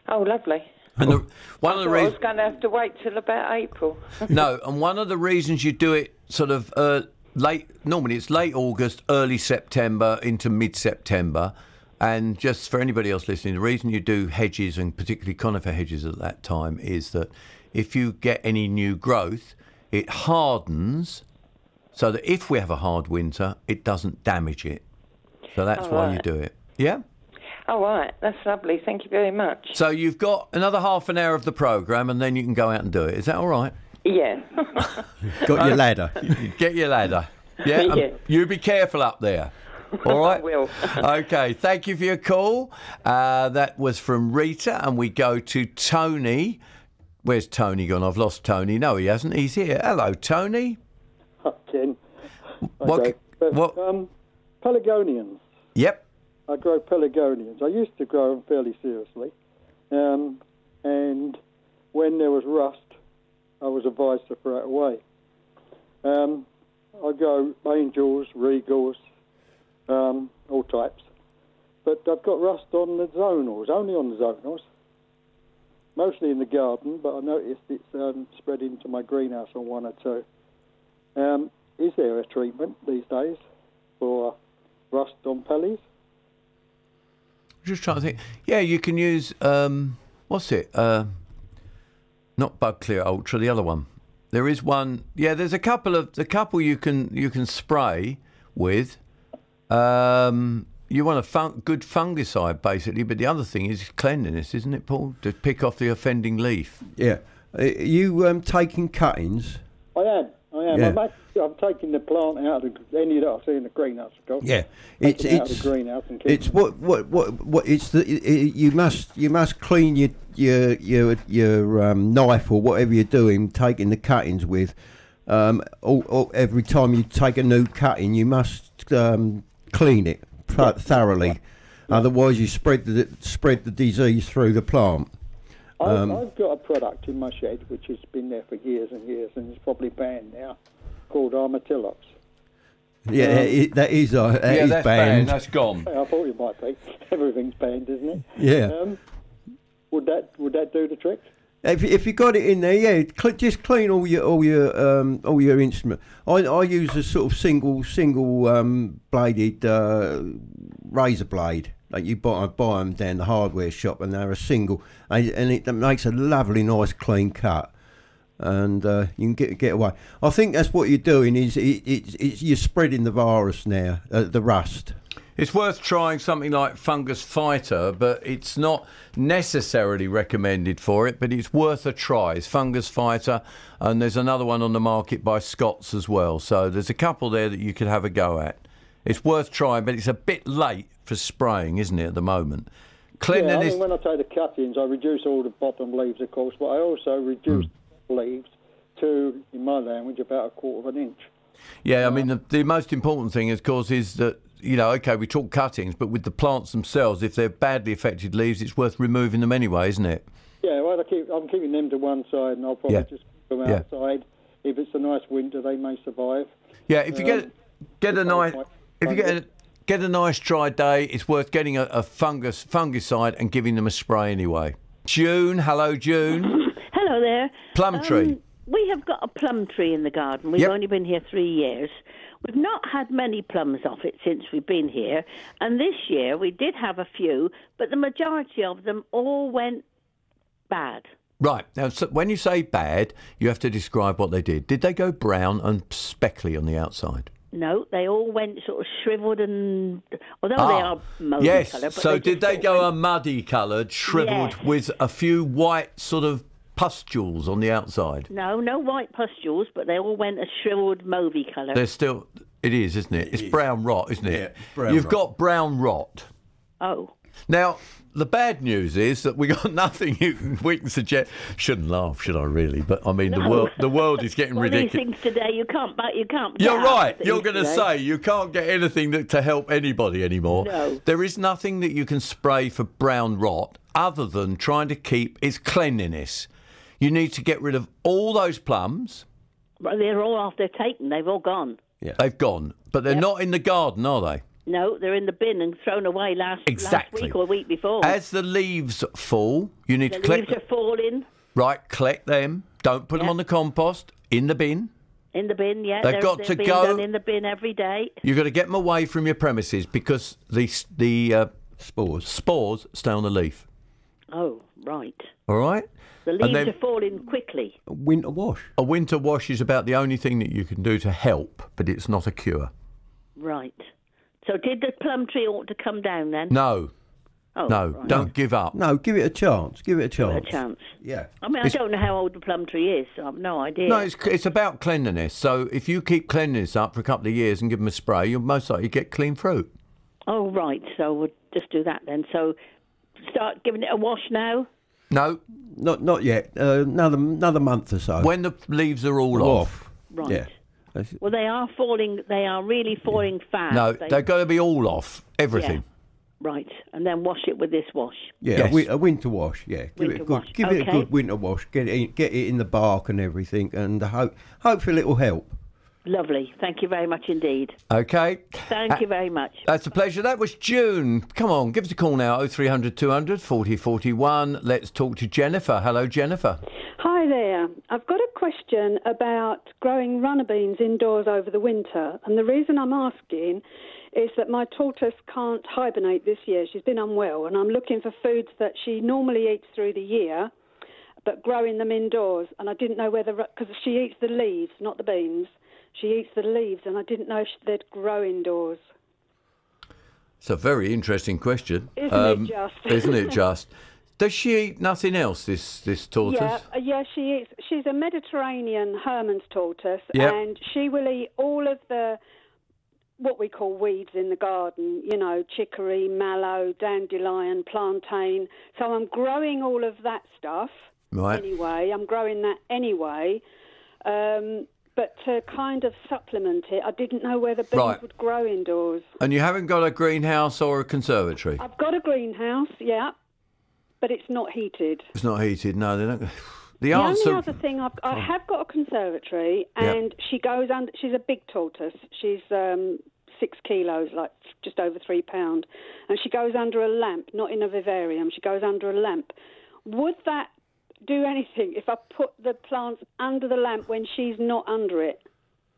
[SPEAKER 10] Oh, lovely.
[SPEAKER 1] And the, one of the
[SPEAKER 10] Well, I
[SPEAKER 1] reasons.
[SPEAKER 10] was going to have to wait till about April.
[SPEAKER 1] no, and one of the reasons you do it sort of uh, late, normally it's late August, early September into mid September. And just for anybody else listening, the reason you do hedges and particularly conifer hedges at that time is that if you get any new growth, it hardens so that if we have a hard winter, it doesn't damage it. So that's why you
[SPEAKER 10] Alright.
[SPEAKER 1] do it. Yeah?
[SPEAKER 10] All right, that's lovely. Thank you very much.
[SPEAKER 1] So you've got another half an hour of the programme and then you can go out and do it. Is that all right?
[SPEAKER 10] Yeah.
[SPEAKER 3] Got your ladder.
[SPEAKER 1] Get
[SPEAKER 3] [LAUGHS]
[SPEAKER 1] your ladder. Yeah,
[SPEAKER 10] Yeah.
[SPEAKER 1] um, you be careful up there. All
[SPEAKER 3] [LAUGHS]
[SPEAKER 1] right.
[SPEAKER 10] will.
[SPEAKER 1] okay. Thank you for your call. Uh, that was from Rita, and we go to Tony. Where's Tony gone? I've lost Tony. No, he hasn't. He's here. Hello, Tony.
[SPEAKER 11] Ken.
[SPEAKER 1] What-
[SPEAKER 11] Okay. But,
[SPEAKER 1] what-
[SPEAKER 11] Um, pelargonians.
[SPEAKER 1] Yep.
[SPEAKER 11] I grow pelargonians. I used to grow them fairly seriously. Um, and when there was rust, I was advised to throw it away. Um, I grow angels, regals, um, all types. But I've got rust on the zonals, only on the zonals. Mostly in the garden, but I noticed it's um, spread into my greenhouse on one or two. Um, is there a treatment these days for rust on pellies?
[SPEAKER 1] Just trying to think. Yeah, you can use um, what's it? Uh, not Bug Clear Ultra, the other one. There is one. Yeah, there's a couple of the couple you can you can spray with. Um, you want a fun, good fungicide basically, but the other thing is cleanliness, isn't it, Paul? To pick off the offending leaf.
[SPEAKER 3] Yeah. Are you um, taking cuttings?
[SPEAKER 11] I am. I am.
[SPEAKER 3] Yeah.
[SPEAKER 11] I'm, actually, I'm taking the plant out of the, any that I see in the greenhouse. Of course.
[SPEAKER 3] Yeah,
[SPEAKER 11] Taking
[SPEAKER 3] it's
[SPEAKER 11] it out
[SPEAKER 3] it's
[SPEAKER 11] of the greenhouse and keeping
[SPEAKER 3] it's
[SPEAKER 11] it.
[SPEAKER 3] what what what what it's the i i you must you must clean your your your your um, knife or whatever you're doing, taking the cuttings with. Um, all, all, every time you take a new cutting, you must um, clean it pro- thoroughly. Otherwise, you spread the spread the disease through the plant. Um,
[SPEAKER 11] I've, I've got a product in my shed which has been there for years and years and is probably banned now, called Armadillos.
[SPEAKER 3] Yeah,
[SPEAKER 11] um,
[SPEAKER 3] it, that is uh, that is banned.
[SPEAKER 1] gone.
[SPEAKER 11] I thought you might be. [LAUGHS] Everything's banned, isn't it?
[SPEAKER 3] Yeah.
[SPEAKER 11] Um, would that would that do the trick?
[SPEAKER 3] If if you got it in there, yeah, cl- just clean all your all your um, all your instrument. I, I use a sort of single single um, bladed uh, razor blade. Like you buy buy them down the hardware shop, and they're a single, and, and it makes a lovely, nice, clean cut. And uh, you can get get away. I think that's what you're doing is it, it's, it's you're spreading the virus now, uh, the rust.
[SPEAKER 1] It's worth trying something like Fungus Fighter, but it's not necessarily recommended for it, but it's worth a try. It's Fungus Fighter, and there's another one on the market by Scott's as well. So there's a couple there that you could have a go at. It's worth trying, but it's a bit late for spraying, isn't it, at the moment? Clinton
[SPEAKER 11] yeah, I
[SPEAKER 1] is.
[SPEAKER 11] mean, when I take the cuttings, I reduce all the bottom leaves, of course, but I also reduce
[SPEAKER 3] Hmm.
[SPEAKER 11] leaves to, in my language, about a quarter of an inch.
[SPEAKER 1] Yeah, I mean, the, the most important thing, of course, is that, you know, okay, we talk cuttings, but with the plants themselves, if they're badly affected leaves, it's worth removing them anyway, isn't it?
[SPEAKER 11] Yeah, well, I keep, I'm keeping them to one side, and I'll probably
[SPEAKER 1] Yeah.
[SPEAKER 11] just keep them
[SPEAKER 1] Yeah.
[SPEAKER 11] outside. If it's a nice winter, they may survive.
[SPEAKER 1] Yeah, if you get
[SPEAKER 11] Um,
[SPEAKER 1] get a
[SPEAKER 11] it's not
[SPEAKER 1] nice
[SPEAKER 11] quite
[SPEAKER 1] if you get a,
[SPEAKER 11] fungus.
[SPEAKER 1] get a nice dry day, it's worth getting a, a fungus fungicide and giving them a spray anyway. June, hello June.
[SPEAKER 12] [LAUGHS] Hello there. Um,
[SPEAKER 1] Plum tree.
[SPEAKER 12] we have got a plum tree in the garden. We've
[SPEAKER 1] Yep.
[SPEAKER 12] only been here three years. We've not had many plums off it since we've been here. And this year we did have a few, but the majority of them all went bad.
[SPEAKER 1] Right now, so when you say bad, you have to describe what they did. Did they go brown and speckly on the outside?
[SPEAKER 12] No, they all went sort of shriveled and. Although they
[SPEAKER 1] Ah,
[SPEAKER 12] are mouldy
[SPEAKER 1] yes.
[SPEAKER 12] colour. but
[SPEAKER 1] so
[SPEAKER 12] just
[SPEAKER 1] did they
[SPEAKER 12] sort of
[SPEAKER 1] go
[SPEAKER 12] went-
[SPEAKER 1] a muddy coloured, shriveled,
[SPEAKER 12] Yes.
[SPEAKER 1] with a few white sort of pustules on the outside?
[SPEAKER 12] No, no white pustules, but they all went a shriveled mauvey colour.
[SPEAKER 1] They're still. It is, isn't it? It's brown rot, isn't it?
[SPEAKER 3] Yeah, brown
[SPEAKER 1] You've
[SPEAKER 3] rot.
[SPEAKER 1] got brown rot.
[SPEAKER 12] Oh.
[SPEAKER 1] Now, the bad news is that we got [LAUGHS] nothing you can, we can suggest. Shouldn't laugh, should I really? But I mean, the
[SPEAKER 12] No.
[SPEAKER 1] world the
[SPEAKER 12] [LAUGHS]
[SPEAKER 1] world is getting
[SPEAKER 12] Well, these
[SPEAKER 1] ridiculous.
[SPEAKER 12] things today, you can't, but you can't.
[SPEAKER 1] You're
[SPEAKER 12] get out of
[SPEAKER 1] right.
[SPEAKER 12] things
[SPEAKER 1] You're going to
[SPEAKER 12] today.
[SPEAKER 1] say you can't get anything that, to help anybody anymore.
[SPEAKER 12] No.
[SPEAKER 1] There is nothing that you can spray for brown rot other than trying to keep its cleanliness. You need to get rid of all those plums.
[SPEAKER 12] Well, they're all off. They're taken. They've all gone.
[SPEAKER 1] They've gone, but they're not in the garden, are they?
[SPEAKER 12] No, they're in the bin and thrown away last, last
[SPEAKER 1] Exactly.
[SPEAKER 12] week or week before.
[SPEAKER 1] As the leaves fall, you need
[SPEAKER 12] the
[SPEAKER 1] to collect
[SPEAKER 12] leaves are falling
[SPEAKER 1] right, collect them. Don't put them on the compost in the bin.
[SPEAKER 12] in the bin. Yeah,
[SPEAKER 1] They've
[SPEAKER 12] they're,
[SPEAKER 1] got
[SPEAKER 12] they're
[SPEAKER 1] to
[SPEAKER 12] being
[SPEAKER 1] go-
[SPEAKER 12] done in the bin every day.
[SPEAKER 1] You've got to get them away from your premises because the s- the uh,
[SPEAKER 3] spores
[SPEAKER 1] spores stay on the leaf.
[SPEAKER 12] Oh, right.
[SPEAKER 1] All right.
[SPEAKER 12] The
[SPEAKER 1] And
[SPEAKER 12] leaves
[SPEAKER 1] then-
[SPEAKER 12] are falling quickly.
[SPEAKER 3] A winter wash.
[SPEAKER 1] A winter wash is about the only thing that you can do to help, but it's not a cure.
[SPEAKER 12] Right. So did the plum tree ought to come down then?
[SPEAKER 1] No,
[SPEAKER 12] Oh,
[SPEAKER 1] no,
[SPEAKER 12] right.
[SPEAKER 1] don't give up.
[SPEAKER 3] No, give it a chance. Give it a
[SPEAKER 12] A
[SPEAKER 3] chance.
[SPEAKER 12] chance.
[SPEAKER 3] Yeah.
[SPEAKER 12] I mean, I don't know how old the plum tree is. So I've no idea.
[SPEAKER 1] No, it's, it's about cleanliness. So if you keep cleanliness up for a couple of years and give them a spray, you'll most likely get clean fruit.
[SPEAKER 12] Oh, right. So we'll just do that then. So start giving it a wash now.
[SPEAKER 1] No,
[SPEAKER 3] not not yet. Uh, another another month or so.
[SPEAKER 1] When the leaves are all off.
[SPEAKER 12] Right.
[SPEAKER 3] Yeah. That's-
[SPEAKER 12] Well, they are falling. They are really falling fast.
[SPEAKER 1] No,
[SPEAKER 12] Ah, They-
[SPEAKER 1] they're going to be all off. Everything.
[SPEAKER 12] Right, and then wash it with this wash.
[SPEAKER 3] Yeah, a, wi- a winter wash. Yeah, give it a
[SPEAKER 12] Winter
[SPEAKER 3] good,
[SPEAKER 12] wash,
[SPEAKER 3] give it a
[SPEAKER 12] okay.
[SPEAKER 3] good winter wash. Get it, in, get it in the bark and everything, and hope hopefully it'll help.
[SPEAKER 12] Lovely. Thank you very much indeed.
[SPEAKER 1] Okay.
[SPEAKER 12] Thank
[SPEAKER 1] Uh,
[SPEAKER 12] you very much.
[SPEAKER 1] That's a pleasure. That was June. Come on, give us a call now 0300 200 4041. Let's talk to Jennifer. Hello, Jennifer.
[SPEAKER 13] Hi there. I've got a question about growing runner beans indoors over the winter. And the reason I'm asking is that my tortoise can't hibernate this year. She's been unwell, and I'm looking for foods that she normally eats through the year, but growing them indoors. And I didn't know whether, because she eats the leaves, not the beans. She eats the leaves, and I didn't know if they'd grow indoors.
[SPEAKER 1] It's a very interesting question. Um,
[SPEAKER 13] Isn't it just?
[SPEAKER 1] [LAUGHS] isn't
[SPEAKER 13] [LAUGHS]
[SPEAKER 1] it just? Does she eat nothing else, this, this tortoise?
[SPEAKER 13] Yeah, uh, yeah, she eats. She's a Mediterranean Herman's tortoise,
[SPEAKER 1] Yep.
[SPEAKER 13] and she will eat all of the what we call weeds in the garden. You know, chicory, mallow, dandelion, plantain. So I'm growing all of that stuff
[SPEAKER 1] Right.
[SPEAKER 13] anyway. I'm growing that anyway. Um, but to kind of supplement it, I didn't know whether beans
[SPEAKER 1] Right.
[SPEAKER 13] would grow indoors.
[SPEAKER 1] And you haven't got a greenhouse or a conservatory?
[SPEAKER 13] I've got a greenhouse, yeah, but it's not heated.
[SPEAKER 1] It's not heated. No, they don't. [SIGHS] The
[SPEAKER 13] The
[SPEAKER 1] answer.
[SPEAKER 13] only other thing I've, I have got a conservatory,
[SPEAKER 1] Yeah.
[SPEAKER 13] and she goes under. She's a big tortoise. She's um, six kilos, like just over three pound, and she goes under a lamp, not in a vivarium. She goes under a lamp. Would that do anything if I put the plants under the lamp when she's not under it?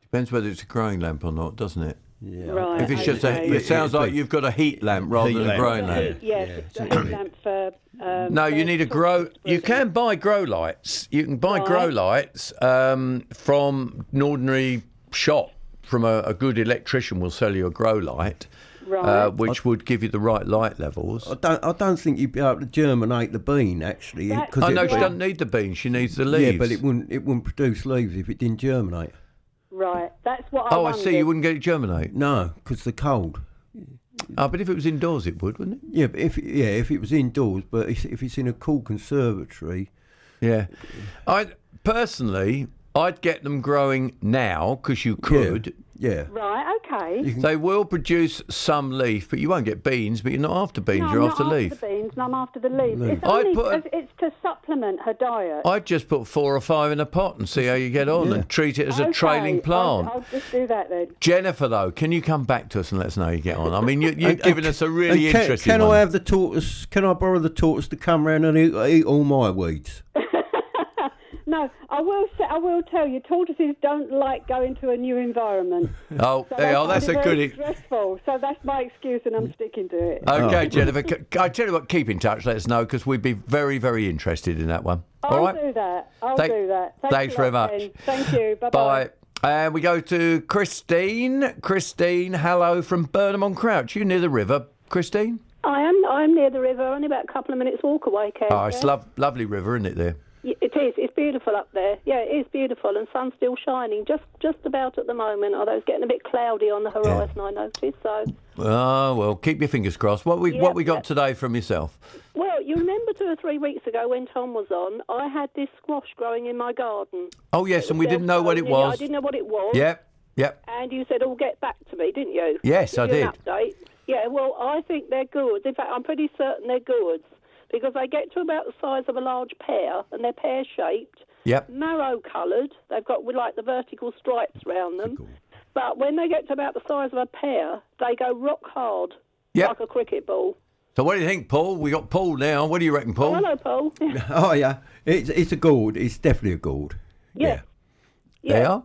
[SPEAKER 1] Depends whether it's a growing lamp or not, doesn't it? Yeah.
[SPEAKER 13] Right,
[SPEAKER 1] If it's just a,
[SPEAKER 13] okay.
[SPEAKER 1] it sounds like you've got a heat lamp rather
[SPEAKER 3] Heat
[SPEAKER 1] than a
[SPEAKER 3] lamp.
[SPEAKER 1] growing lamp.
[SPEAKER 13] Yes, it's a heat lamp for. Um,
[SPEAKER 1] No, you need a grow. You can buy grow lights. You can buy grow lights um, from an ordinary shop. From a, a good electrician, will sell you a grow light, uh,
[SPEAKER 3] Right.
[SPEAKER 1] which would give you the right light levels.
[SPEAKER 3] I don't I don't think you'd be able to germinate the bean actually.
[SPEAKER 1] I
[SPEAKER 3] 'cause
[SPEAKER 1] know
[SPEAKER 3] it'd
[SPEAKER 1] Oh, she
[SPEAKER 3] be-
[SPEAKER 1] doesn't need the beans; she needs the leaves.
[SPEAKER 3] Yeah, but it wouldn't it wouldn't produce leaves if it didn't germinate.
[SPEAKER 13] Right, that's what I.
[SPEAKER 1] oh, I see.
[SPEAKER 13] wondered.
[SPEAKER 1] You wouldn't get it germinate.
[SPEAKER 3] No, because the cold.
[SPEAKER 1] Ah, but if it was indoors, it would, wouldn't it?
[SPEAKER 3] Yeah, but if yeah if it was indoors, but if, if it's in a cool conservatory,
[SPEAKER 1] Yeah. I personally, I'd get them growing now because you could.
[SPEAKER 3] Yeah.
[SPEAKER 13] Right, okay.
[SPEAKER 1] They will produce some leaf, but you won't get beans. But you're not after beans;
[SPEAKER 13] No,
[SPEAKER 1] you're
[SPEAKER 13] I'm
[SPEAKER 1] after
[SPEAKER 13] not
[SPEAKER 1] leaf.
[SPEAKER 13] after the beans, and I'm after the leaves.
[SPEAKER 1] Leaves.
[SPEAKER 13] It's,
[SPEAKER 1] I'd
[SPEAKER 13] only,
[SPEAKER 1] put a-
[SPEAKER 13] it's to supplement her diet.
[SPEAKER 1] I'd just put four or five in a pot and see how you get on and treat it as a
[SPEAKER 13] Okay,
[SPEAKER 1] trailing plant.
[SPEAKER 13] I'll, I'll just do that then.
[SPEAKER 1] Jennifer, though, can you come back to us and let us know how you get on?
[SPEAKER 3] [LAUGHS]
[SPEAKER 1] I mean, you, you've
[SPEAKER 3] And-
[SPEAKER 1] given
[SPEAKER 3] and
[SPEAKER 1] us a
[SPEAKER 3] ca-
[SPEAKER 1] really
[SPEAKER 3] and ca-
[SPEAKER 1] interesting
[SPEAKER 3] Can
[SPEAKER 1] one.
[SPEAKER 3] I have the tortoise? Can I borrow the tortoise to come round and eat, eat all my weeds?
[SPEAKER 13] No, I will. Say, I will tell you, tortoises don't like going to a
[SPEAKER 1] [LAUGHS]
[SPEAKER 13] new environment.
[SPEAKER 1] Oh,
[SPEAKER 13] So
[SPEAKER 1] there
[SPEAKER 13] they
[SPEAKER 1] you are,
[SPEAKER 13] find
[SPEAKER 1] that's
[SPEAKER 13] it
[SPEAKER 1] a
[SPEAKER 13] very
[SPEAKER 1] good. e-
[SPEAKER 13] Stressful. So that's my excuse, and I'm sticking to it.
[SPEAKER 3] Oh.
[SPEAKER 1] Okay,
[SPEAKER 3] [LAUGHS]
[SPEAKER 1] Jennifer. c- I tell you what, keep in touch. Let us know because we'd be very, very interested in that one.
[SPEAKER 13] I'll
[SPEAKER 1] All right.
[SPEAKER 13] do that. I'll
[SPEAKER 1] Thank-
[SPEAKER 13] do that. Thanks,
[SPEAKER 1] thanks
[SPEAKER 13] a lot,
[SPEAKER 1] very much.
[SPEAKER 13] Ben. Thank you. Bye-bye.
[SPEAKER 1] Bye. And we go to Christine. Christine, hello from Burnham on Crouch. You near the river, Christine?
[SPEAKER 14] I am. I'm near the river, only about a couple of minutes walk away. Ken.
[SPEAKER 1] Oh, it's lov- lovely river, isn't it? There.
[SPEAKER 14] Yeah, It is. It's beautiful up there. Yeah, it is beautiful, and sun's still shining just just about at the moment. Although it's getting a bit cloudy on the horizon, I noticed. So,
[SPEAKER 1] Oh well, keep your fingers crossed. What we
[SPEAKER 14] Yeah,
[SPEAKER 1] what we got today from yourself?
[SPEAKER 14] well, you remember two or three weeks ago when Tom was on, I had this squash growing in my garden.
[SPEAKER 1] Oh yes, and we didn't know what it
[SPEAKER 14] Yeah, I
[SPEAKER 1] was.
[SPEAKER 14] didn't know what it was.
[SPEAKER 1] Yep, yep.
[SPEAKER 14] And you said, "Oh, get back to me," didn't you?
[SPEAKER 1] Yes,
[SPEAKER 14] Give you
[SPEAKER 1] I
[SPEAKER 14] an
[SPEAKER 1] did.
[SPEAKER 14] update. Yeah, well, I think they're gourds. In fact, I'm pretty certain they're gourds because they get to about the size of a large pear, and they're pear-shaped,
[SPEAKER 1] Yep.
[SPEAKER 14] marrow coloured. They've got with like the vertical stripes round them, But when they get to about the size of a pear, they go rock hard,
[SPEAKER 1] Yep.
[SPEAKER 14] like a cricket ball.
[SPEAKER 1] So what do you think, Paul? We got Paul now. What do you reckon,
[SPEAKER 14] Oh,
[SPEAKER 1] Paul? [LAUGHS]
[SPEAKER 14] hello, Paul. yeah.
[SPEAKER 3] Oh yeah, it's it's a gold. It's definitely a gold.
[SPEAKER 14] yeah.
[SPEAKER 1] They are?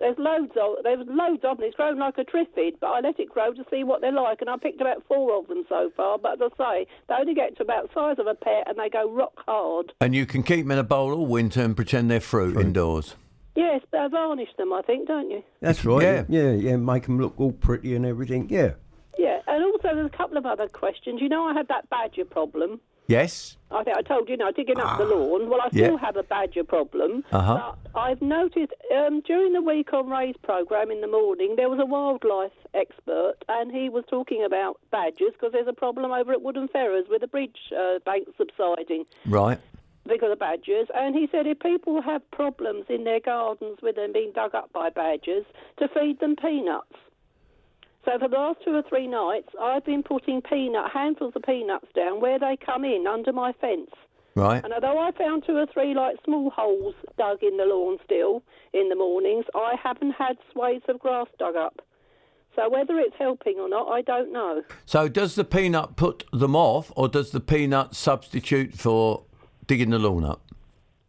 [SPEAKER 14] There's loads of there's loads of them. It's grown like a triffid, but I let it grow to see what they're like, and I picked about four of them so far. But as I say, they only get to about the size of a pear, and they go rock hard.
[SPEAKER 1] And you can keep them in a bowl all winter and pretend they're fruit indoors.
[SPEAKER 14] Yes, but I varnish them, I think, don't you?
[SPEAKER 1] [LAUGHS]
[SPEAKER 3] That's right. Yeah, yeah, yeah. Make them look all pretty and everything. Yeah.
[SPEAKER 14] Yeah, and also there's a couple of other questions. You know, I had that badger problem.
[SPEAKER 1] Yes.
[SPEAKER 14] I think I told you, you know, digging up the lawn. Well, I still
[SPEAKER 1] yeah.
[SPEAKER 14] have a badger problem.
[SPEAKER 1] Uh huh.
[SPEAKER 14] I've noticed um, during the week on Ray's program in the morning, there was a wildlife expert, and he was talking about badgers because there's a problem over at Woodham Ferrers with the bridge uh, bank subsiding
[SPEAKER 1] Right.
[SPEAKER 14] because of badgers. And he said if people have problems in their gardens with them being dug up by badgers, to feed them peanuts. So for the last two or three nights, I've been putting peanut handfuls of peanuts down where they come in under my fence.
[SPEAKER 1] Right.
[SPEAKER 14] And although I found two or three like small holes dug in the lawn still in the mornings, I haven't had swathes of grass dug up. So whether it's helping or not, I don't know.
[SPEAKER 1] So does the peanut put them off, or does the peanut substitute for digging the lawn up?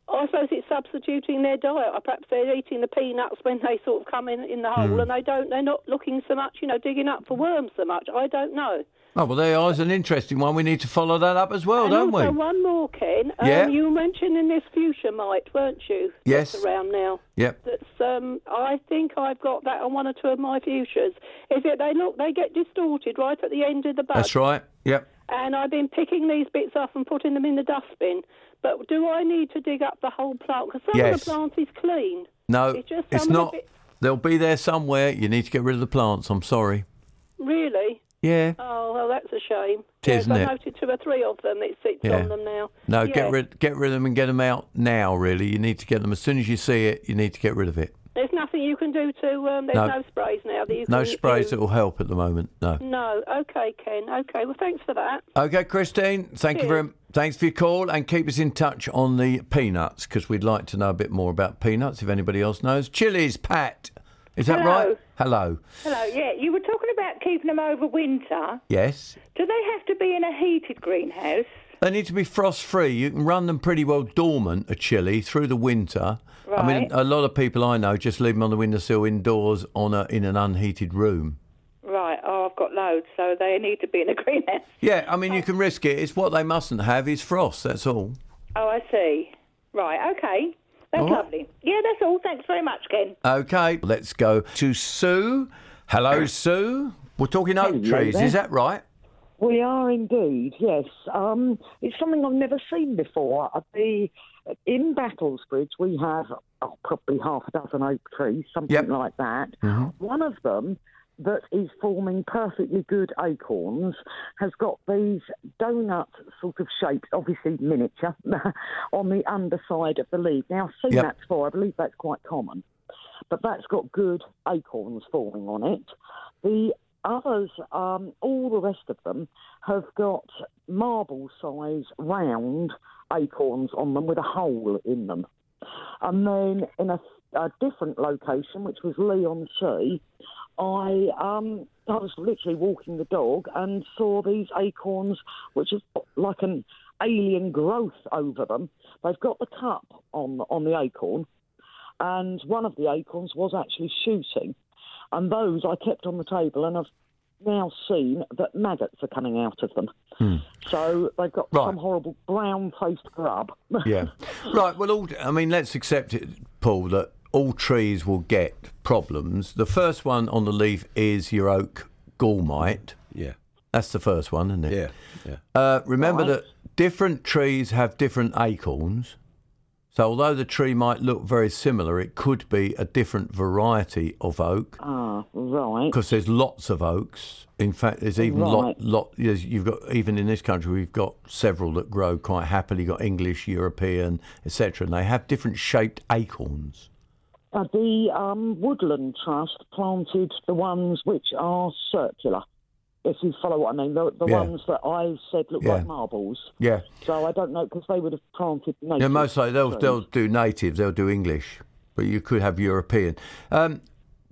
[SPEAKER 14] I suppose it's substituting their diet. Or perhaps they're eating the peanuts when they sort of come in in the hole,
[SPEAKER 1] Hmm.
[SPEAKER 14] and they don't. They're not looking so much, you know, digging up for worms so much. I don't know.
[SPEAKER 1] Oh well, there is an interesting one. We need to follow that up as well,
[SPEAKER 14] and
[SPEAKER 1] don't
[SPEAKER 14] also
[SPEAKER 1] we?
[SPEAKER 14] one more, Ken. Um,
[SPEAKER 1] Yeah.
[SPEAKER 14] You were mentioning this fuchsia mite, weren't you?
[SPEAKER 1] Yes.
[SPEAKER 14] That's around now.
[SPEAKER 1] Yep.
[SPEAKER 14] That's. Um, I think I've got that on one or two of my fuchsias. Is it they look? They get distorted right at the end of the bud.
[SPEAKER 1] That's right. Yep.
[SPEAKER 14] And I've been picking these bits up and putting them in the dustbin. But do I need to dig up the whole plant? Because some
[SPEAKER 1] Yes.
[SPEAKER 14] of the plant is clean.
[SPEAKER 1] No,
[SPEAKER 14] It's just
[SPEAKER 1] it's
[SPEAKER 14] some of the
[SPEAKER 1] not.
[SPEAKER 14] bit-
[SPEAKER 1] They'll be there somewhere. You need to get rid of the plants. I'm sorry.
[SPEAKER 14] Really?
[SPEAKER 1] Yeah.
[SPEAKER 14] Oh, well, that's a shame.
[SPEAKER 1] It is,
[SPEAKER 14] yes, I
[SPEAKER 1] isn't it?
[SPEAKER 14] noted two or three of them. It sits
[SPEAKER 1] Yeah.
[SPEAKER 14] on them now.
[SPEAKER 1] No,
[SPEAKER 14] Yeah.
[SPEAKER 1] get rid get rid of them and get them out now. Really, you need to get them as soon as you see it. You need to get rid of it.
[SPEAKER 14] There's nothing you can do to. Um, there's
[SPEAKER 1] No.
[SPEAKER 14] no. sprays now that you
[SPEAKER 1] No
[SPEAKER 14] can.
[SPEAKER 1] sprays
[SPEAKER 14] use.
[SPEAKER 1] that will help at the moment. No.
[SPEAKER 14] No. Okay, Ken. Okay. Well, thanks for that.
[SPEAKER 1] Okay, Christine. Thank you very thanks for your call and keep us in touch on the peanuts because we'd like to know a bit more about peanuts. If anybody else knows, chilies. Pat, is that
[SPEAKER 15] Hello.
[SPEAKER 1] right? Hello.
[SPEAKER 15] Hello, yeah. You were talking about keeping them over winter.
[SPEAKER 1] Yes.
[SPEAKER 15] Do they have to be in a heated greenhouse?
[SPEAKER 1] They need to be frost free. You can run them pretty well dormant, a chili, through the winter. I mean,
[SPEAKER 15] Right.
[SPEAKER 1] a lot of people I know just leave them on the windowsill indoors on a, in an unheated room.
[SPEAKER 15] Right, oh, I've got loads, so they need to be in a [LAUGHS] greenhouse.
[SPEAKER 1] Yeah, I mean, you can risk it. It's what they mustn't have is frost, that's all.
[SPEAKER 15] Oh, I see. Right, okay. That's
[SPEAKER 1] All right.
[SPEAKER 15] lovely. Yeah, that's all. Thanks very much, Ken.
[SPEAKER 1] Okay, let's go to Sue. Hello, Sue. We're talking oak
[SPEAKER 16] Hello
[SPEAKER 1] trees,
[SPEAKER 16] there.
[SPEAKER 1] is that right?
[SPEAKER 16] We are indeed, yes. Um, it's something I've never seen before. Uh, The, in Battlesbridge, we have oh, probably half a dozen oak trees, something like that.
[SPEAKER 1] Mm-hmm.
[SPEAKER 16] One of them that is forming perfectly good acorns has got these donut sort of shaped, obviously miniature, [LAUGHS] on the underside of the leaf. Now, I've seen
[SPEAKER 17] Yep.
[SPEAKER 16] that before. I believe that's quite common. But that's got good acorns forming on it. The others, um, all the rest of them, have got marble size round acorns on them with a hole in them. And then in a, a different location, which was Lee on Sea, I um, I was literally walking the dog and saw these acorns, which is like an alien growth over them. They've got the cup on on the acorn, and one of the acorns was actually shooting, and those I kept on the table, and I've now seen that maggots are coming out of them. So they've got some horrible brown-faced grub.
[SPEAKER 3] [LAUGHS]
[SPEAKER 1] Yeah. right. Well, all, I mean, let's accept it, Paul, that all trees will get problems. The first one on the leaf is your oak gall mite.
[SPEAKER 3] Yeah.
[SPEAKER 1] That's the first one, isn't it?
[SPEAKER 3] Yeah. Yeah.
[SPEAKER 1] Uh, remember
[SPEAKER 3] Right.
[SPEAKER 1] that different trees have different acorns. So, although the tree might look very similar, it could be a different variety of oak.
[SPEAKER 16] Ah, right.
[SPEAKER 1] Because there's lots of oaks. In fact, there's even lot,
[SPEAKER 16] Right.
[SPEAKER 1] lot. Yes, you've got even in this country, we've got several that grow quite happily. You've got English, European, etc., and they have different shaped acorns.
[SPEAKER 16] Uh, the um, Woodland Trust planted the ones which are circular. If you follow what I mean, the, the
[SPEAKER 1] Yeah.
[SPEAKER 16] ones that I said look
[SPEAKER 1] Yeah.
[SPEAKER 16] like marbles.
[SPEAKER 1] Yeah.
[SPEAKER 16] So I don't know because they would have planted. Native
[SPEAKER 1] Yeah, most likely they'll,
[SPEAKER 16] trees.
[SPEAKER 1] they'll do native, they'll do English, but you could have European. Um,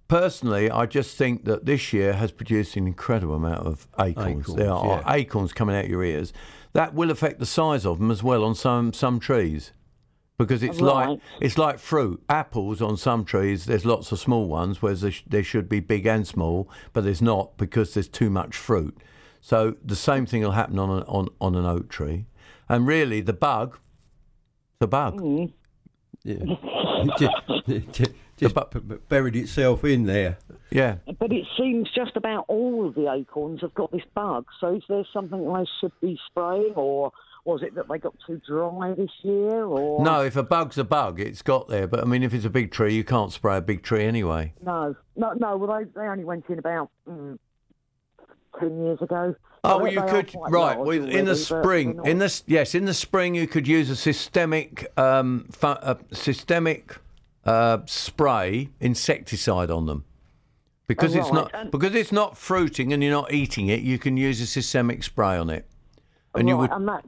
[SPEAKER 1] personally, I just think that this year has produced an incredible amount of acorns.
[SPEAKER 3] Acorns,
[SPEAKER 1] there are
[SPEAKER 3] yeah.
[SPEAKER 1] acorns coming out your ears. That will affect the size of them as well on some some trees, because it's like
[SPEAKER 17] Right.
[SPEAKER 1] it's like fruit. Apples on some trees, there's lots of small ones, whereas there, sh- there should be big and small, but there's not because there's too much fruit. So the same thing will happen on an, on on an oak tree, and really the bug, the bug.
[SPEAKER 3] Yeah. just just, just bu- bu- buried itself in there.
[SPEAKER 1] Yeah.
[SPEAKER 16] [LAUGHS] But it seems just about all of the acorns have got this bug. So is there something they should be spraying, or was it that they got too dry this year? Or
[SPEAKER 1] [LAUGHS] No, if a bug's a bug, it's got there. But I mean, if it's a big tree, you can't spray a big tree anyway.
[SPEAKER 16] no, no, no. Well, they, they only went in about mm, ten years ago.
[SPEAKER 1] Oh,
[SPEAKER 16] So
[SPEAKER 1] well,
[SPEAKER 16] they
[SPEAKER 1] you
[SPEAKER 16] are
[SPEAKER 1] could
[SPEAKER 16] quite
[SPEAKER 1] right
[SPEAKER 16] large
[SPEAKER 1] with in
[SPEAKER 16] already,
[SPEAKER 1] the
[SPEAKER 16] but
[SPEAKER 1] spring.
[SPEAKER 16] they're
[SPEAKER 1] In
[SPEAKER 16] not-
[SPEAKER 1] the s- yes, in the spring, you could use a systemic um, fu- uh, systemic uh, spray insecticide on them because
[SPEAKER 16] Oh,
[SPEAKER 1] it's
[SPEAKER 16] right,
[SPEAKER 1] not
[SPEAKER 16] and-
[SPEAKER 1] because it's not fruiting and you're not eating it. You can use a systemic spray on it, and you
[SPEAKER 16] Right,
[SPEAKER 1] would
[SPEAKER 16] and that's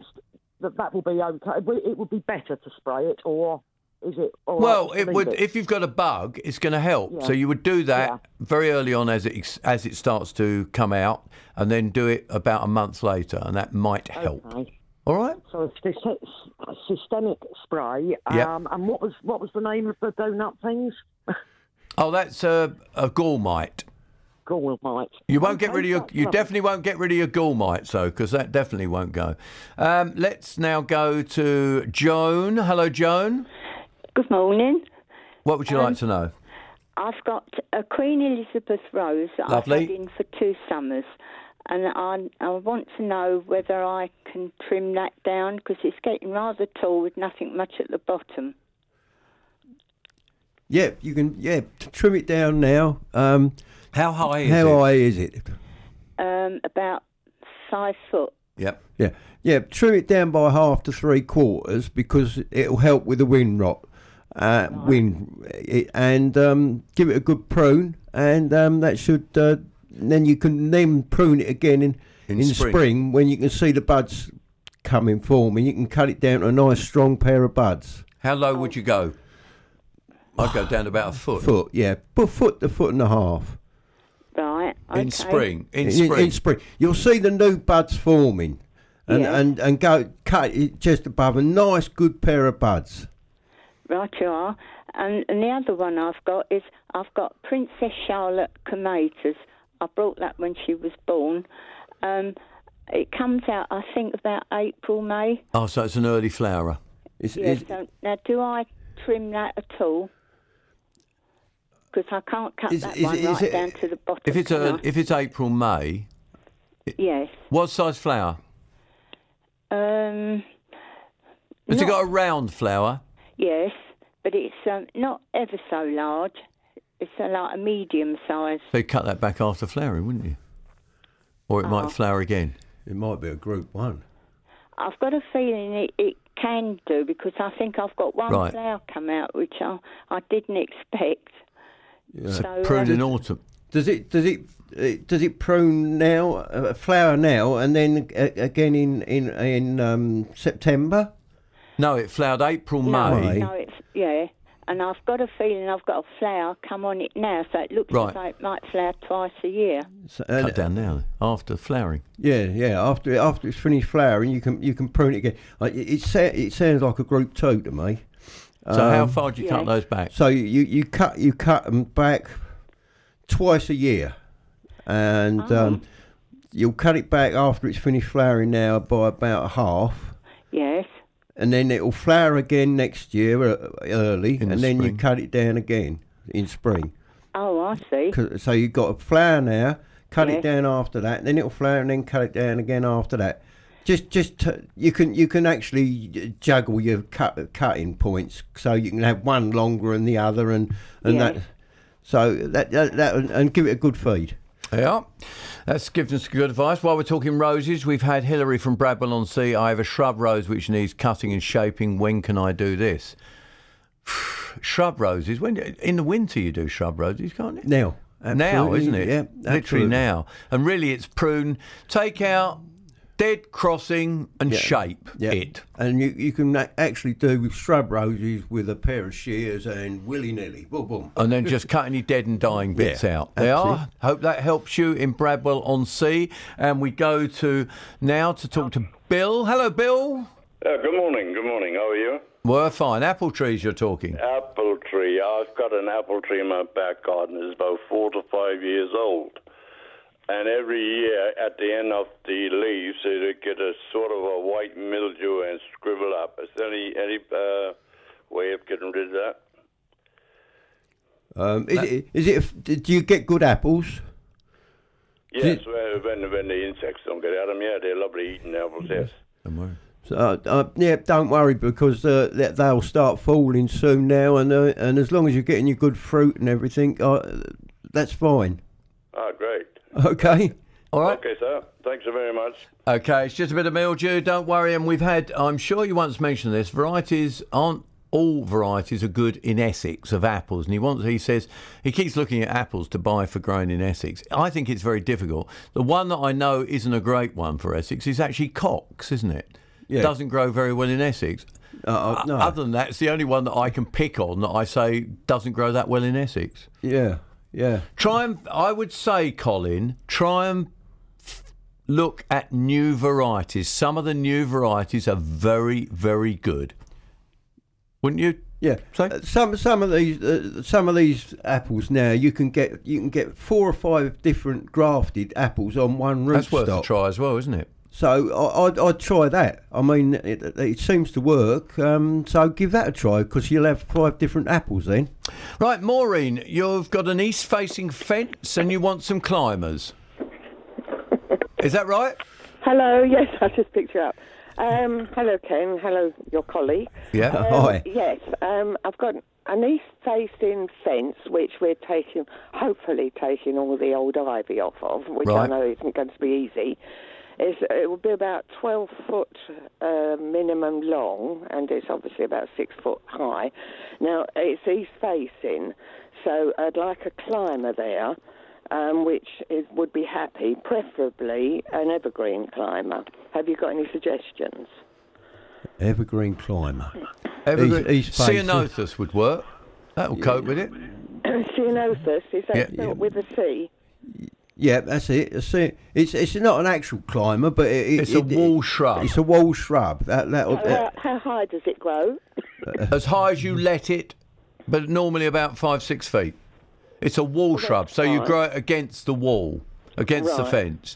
[SPEAKER 16] that. That will be okay. It will- It would be better to spray it, or is it? all right
[SPEAKER 1] Well,
[SPEAKER 16] to
[SPEAKER 1] it
[SPEAKER 16] leave
[SPEAKER 1] would if you've got a bug, it's going to help. So
[SPEAKER 16] Yeah.
[SPEAKER 1] you would do that very early on as it ex- as it starts to come out, and then do it about a month later, and that might
[SPEAKER 16] Oh.
[SPEAKER 1] help.
[SPEAKER 16] Okay.
[SPEAKER 1] All right.
[SPEAKER 16] So a syste- a systemic spray. Um,
[SPEAKER 1] Yep.
[SPEAKER 16] And what was what was the name of the donut things?
[SPEAKER 1] Oh, that's a, a gall mite.
[SPEAKER 16] Gall mite.
[SPEAKER 1] You won't get
[SPEAKER 16] Okay,
[SPEAKER 1] rid of your.
[SPEAKER 16] that's
[SPEAKER 1] You
[SPEAKER 16] lovely.
[SPEAKER 1] definitely won't get rid of your gall mites though, because that definitely won't go. Um, let's now go to Joan. Hello, Joan.
[SPEAKER 18] Good morning. Um,
[SPEAKER 1] What would you like to know?
[SPEAKER 18] I've got a Queen Elizabeth rose that
[SPEAKER 1] Lovely.
[SPEAKER 18] I've had in for two summers, and I, I want to know whether I can trim that down because it's getting rather tall with nothing much at the bottom.
[SPEAKER 3] Yeah, you can. Yeah, t- trim it down now. Um,
[SPEAKER 1] how high
[SPEAKER 18] is
[SPEAKER 3] how
[SPEAKER 18] it?
[SPEAKER 3] high is it?
[SPEAKER 18] Um, about five foot.
[SPEAKER 1] Yep.
[SPEAKER 3] Yeah, yeah. Trim it down by half to three quarters because it'll help with the wind rot. Uh, Wind it, and um, give it a good prune, and um, that should. Uh, then you can then prune it again in
[SPEAKER 1] In
[SPEAKER 3] in,
[SPEAKER 1] spring.
[SPEAKER 3] spring. when you can see the buds come in form, and you can cut it down to a nice strong pair of buds.
[SPEAKER 1] How low
[SPEAKER 18] oh.
[SPEAKER 1] would you go? I'd go down
[SPEAKER 18] [SIGHS]
[SPEAKER 1] about a foot.
[SPEAKER 3] Foot, yeah, but foot to foot and a half.
[SPEAKER 18] Right.
[SPEAKER 1] In spring. In
[SPEAKER 3] In,
[SPEAKER 1] spring.
[SPEAKER 3] spring, you'll see the new buds forming, and
[SPEAKER 18] Yeah.
[SPEAKER 3] and and go cut it just above a nice good pair of buds.
[SPEAKER 18] Right, you are. And, and the other one I've got is I've got Princess Charlotte Clematis. I brought that when she was born. Um, it comes out, I think, about April, May.
[SPEAKER 1] Oh, so it's an early flower.
[SPEAKER 18] Yes. so, now, do I trim that at all? Because I can't cut
[SPEAKER 1] Is-
[SPEAKER 18] that
[SPEAKER 1] is-
[SPEAKER 18] one
[SPEAKER 1] is
[SPEAKER 18] right
[SPEAKER 1] it-
[SPEAKER 18] down to the bottom.
[SPEAKER 1] If it's
[SPEAKER 18] can
[SPEAKER 1] a, if it's April May,
[SPEAKER 18] I? yes.
[SPEAKER 1] what size flower?
[SPEAKER 18] Um,
[SPEAKER 1] Has it
[SPEAKER 18] Not-
[SPEAKER 1] got a round flower?
[SPEAKER 18] yes, but it's um, not ever so large. It's uh, like a medium size.
[SPEAKER 1] So you cut that back after flowering, wouldn't you? Or it
[SPEAKER 18] Oh.
[SPEAKER 1] might flower again.
[SPEAKER 3] It might be a group one.
[SPEAKER 18] I've got a feeling it, it can do because I think I've got one
[SPEAKER 1] Right.
[SPEAKER 18] flower come out which I, I didn't expect. So,
[SPEAKER 1] prune
[SPEAKER 18] um,
[SPEAKER 1] in autumn.
[SPEAKER 3] Does it does it uh, does it prune now, uh, flower now, and then uh, again in in in um, September?
[SPEAKER 1] No, it flowered April,
[SPEAKER 18] no,
[SPEAKER 1] May.
[SPEAKER 18] no, it's yeah. And I've got a feeling I've got a flower come on it now, so it looks
[SPEAKER 1] Right.
[SPEAKER 18] as though it might flower twice a year.
[SPEAKER 1] Cut down now after flowering.
[SPEAKER 3] Yeah, yeah. After after it's finished flowering, you can you can prune it again. Uh, It it, sa- it sounds like a group two to me. Um,
[SPEAKER 1] So how far do you cut Yeah. those back?
[SPEAKER 3] So you, you, you cut you cut them back twice a year, and um, you'll cut it back after it's finished flowering now by about half.
[SPEAKER 18] Yes.
[SPEAKER 3] And then it'll flower again next year uh, early,
[SPEAKER 1] the
[SPEAKER 3] and then
[SPEAKER 1] spring.
[SPEAKER 3] you cut it down again in spring.
[SPEAKER 18] Oh, I see.
[SPEAKER 3] 'Cause- So you've got a flower now, cut it
[SPEAKER 18] Yeah.
[SPEAKER 3] down after that, then it'll flower, and then cut it down again after that. Just, just t- you can you can actually uh, juggle your cut cutting points, so you can have one longer and the other, and and
[SPEAKER 1] Yeah.
[SPEAKER 3] that. So that, that that and give it a good feed.
[SPEAKER 1] Yeah, that's given us good advice. While we're talking roses, we've had Hillary from Bradwell on Sea. I have a shrub rose which needs cutting and shaping. When can I do this? [SIGHS] shrub roses. When in the winter you do shrub roses, can't you?
[SPEAKER 3] Now.
[SPEAKER 1] now,
[SPEAKER 3] Absolutely,
[SPEAKER 1] isn't it?
[SPEAKER 3] yeah,
[SPEAKER 1] literally
[SPEAKER 3] absolutely.
[SPEAKER 1] now. And really, it's prune. Take out dead crossing and
[SPEAKER 3] Yeah.
[SPEAKER 1] shape it.
[SPEAKER 3] And you, you can a- actually do shrub roses with a pair of shears and willy nilly. Boom, boom.
[SPEAKER 1] And then just cut any dead and dying
[SPEAKER 3] [LAUGHS]
[SPEAKER 1] bits
[SPEAKER 3] Yeah,
[SPEAKER 1] out. They
[SPEAKER 3] that's
[SPEAKER 1] are. Hope that helps you in Bradwell on Sea. And we go to now to talk to Bill. Hello, Bill.
[SPEAKER 17] Uh, good morning. Good morning. How are you?
[SPEAKER 1] We're fine. Apple trees, you're talking.
[SPEAKER 17] Apple tree. I've got an apple tree in my back garden. It's about four to five years old. And every year at the end of the leaves, it get a sort of a white mildew and scribble up. Is there any, any uh, way of getting rid of that?
[SPEAKER 3] Um, is, it, is it? Do you get good apples?
[SPEAKER 17] Yes, when, when, when the insects don't get at them, yeah, they're lovely eating apples, yes.
[SPEAKER 1] Hmm.
[SPEAKER 3] So, uh, uh, yeah, don't worry because uh, they- they'll start falling soon now, and uh, and as long as you're getting your good fruit and everything, uh, that's fine.
[SPEAKER 17] Ah, great.
[SPEAKER 3] Okay.
[SPEAKER 1] All right.
[SPEAKER 17] Okay, sir. Thanks so very much.
[SPEAKER 1] Okay, it's just a bit of mildew. Don't worry. And we've had, I'm sure you once mentioned this, varieties aren't all varieties are good in Essex of apples. And he wants, he says, he keeps looking at apples to buy for growing in Essex. I think it's very difficult. The one that I know isn't a great one for Essex is actually Cox, isn't it?
[SPEAKER 3] Yeah. Uh,
[SPEAKER 1] Doesn't grow very well in Essex. O- Other than that, it's the only one that I can pick on that I say doesn't grow that well in Essex.
[SPEAKER 3] Yeah, yeah.
[SPEAKER 1] Try and I would say, Colin, try and f- look at new varieties. Some of the new varieties are very, very good. Wouldn't you?
[SPEAKER 3] Yeah. Uh, some some of these uh, some of these apples now you can get you can get four or five different grafted apples on one rootstock.
[SPEAKER 1] That's worth a try as well, isn't it?
[SPEAKER 3] So I, I'd, I'd try that. I mean, it, it seems to work. Um, so give that a try because you'll have five different apples then.
[SPEAKER 1] Right, Maureen, you've got an east-facing fence and you want some climbers. Is that right?
[SPEAKER 19] Hello, [LAUGHS] yes, I just picked you up. Um, hello, Ken. Hello, your colleague. [LAUGHS]
[SPEAKER 1] Yeah.
[SPEAKER 19] Um,
[SPEAKER 1] Hi.
[SPEAKER 19] Yes, um, I've got an east-facing fence which we're taking, hopefully taking all the old ivy off of, which I
[SPEAKER 20] Right.
[SPEAKER 19] know isn't going to be easy. It's, it will be about 12 foot uh, minimum long, and it's obviously about six foot high. Now it's east facing, so I'd like a climber there, um, which is, would be happy, preferably an evergreen climber. Have you got any suggestions?
[SPEAKER 3] Evergreen climber.
[SPEAKER 1] Evergreen-
[SPEAKER 3] East- east facing.
[SPEAKER 1] Ceanothus would work. That'll cope with it.
[SPEAKER 19] [COUGHS] Ceanothus is that
[SPEAKER 3] Yeah.
[SPEAKER 19] spelt with a C?
[SPEAKER 3] Yeah, that's it. That's it. It's it's not an actual climber, but it, it-
[SPEAKER 1] It's a
[SPEAKER 3] it-
[SPEAKER 1] wall shrub.
[SPEAKER 3] It's a wall shrub. That that.
[SPEAKER 19] How, how- how high does it grow?
[SPEAKER 1] as high as you let it, but normally about five, six feet. It's a wall shrub, so you
[SPEAKER 19] fine.
[SPEAKER 1] grow it against the wall, against the
[SPEAKER 19] Right.
[SPEAKER 1] fence.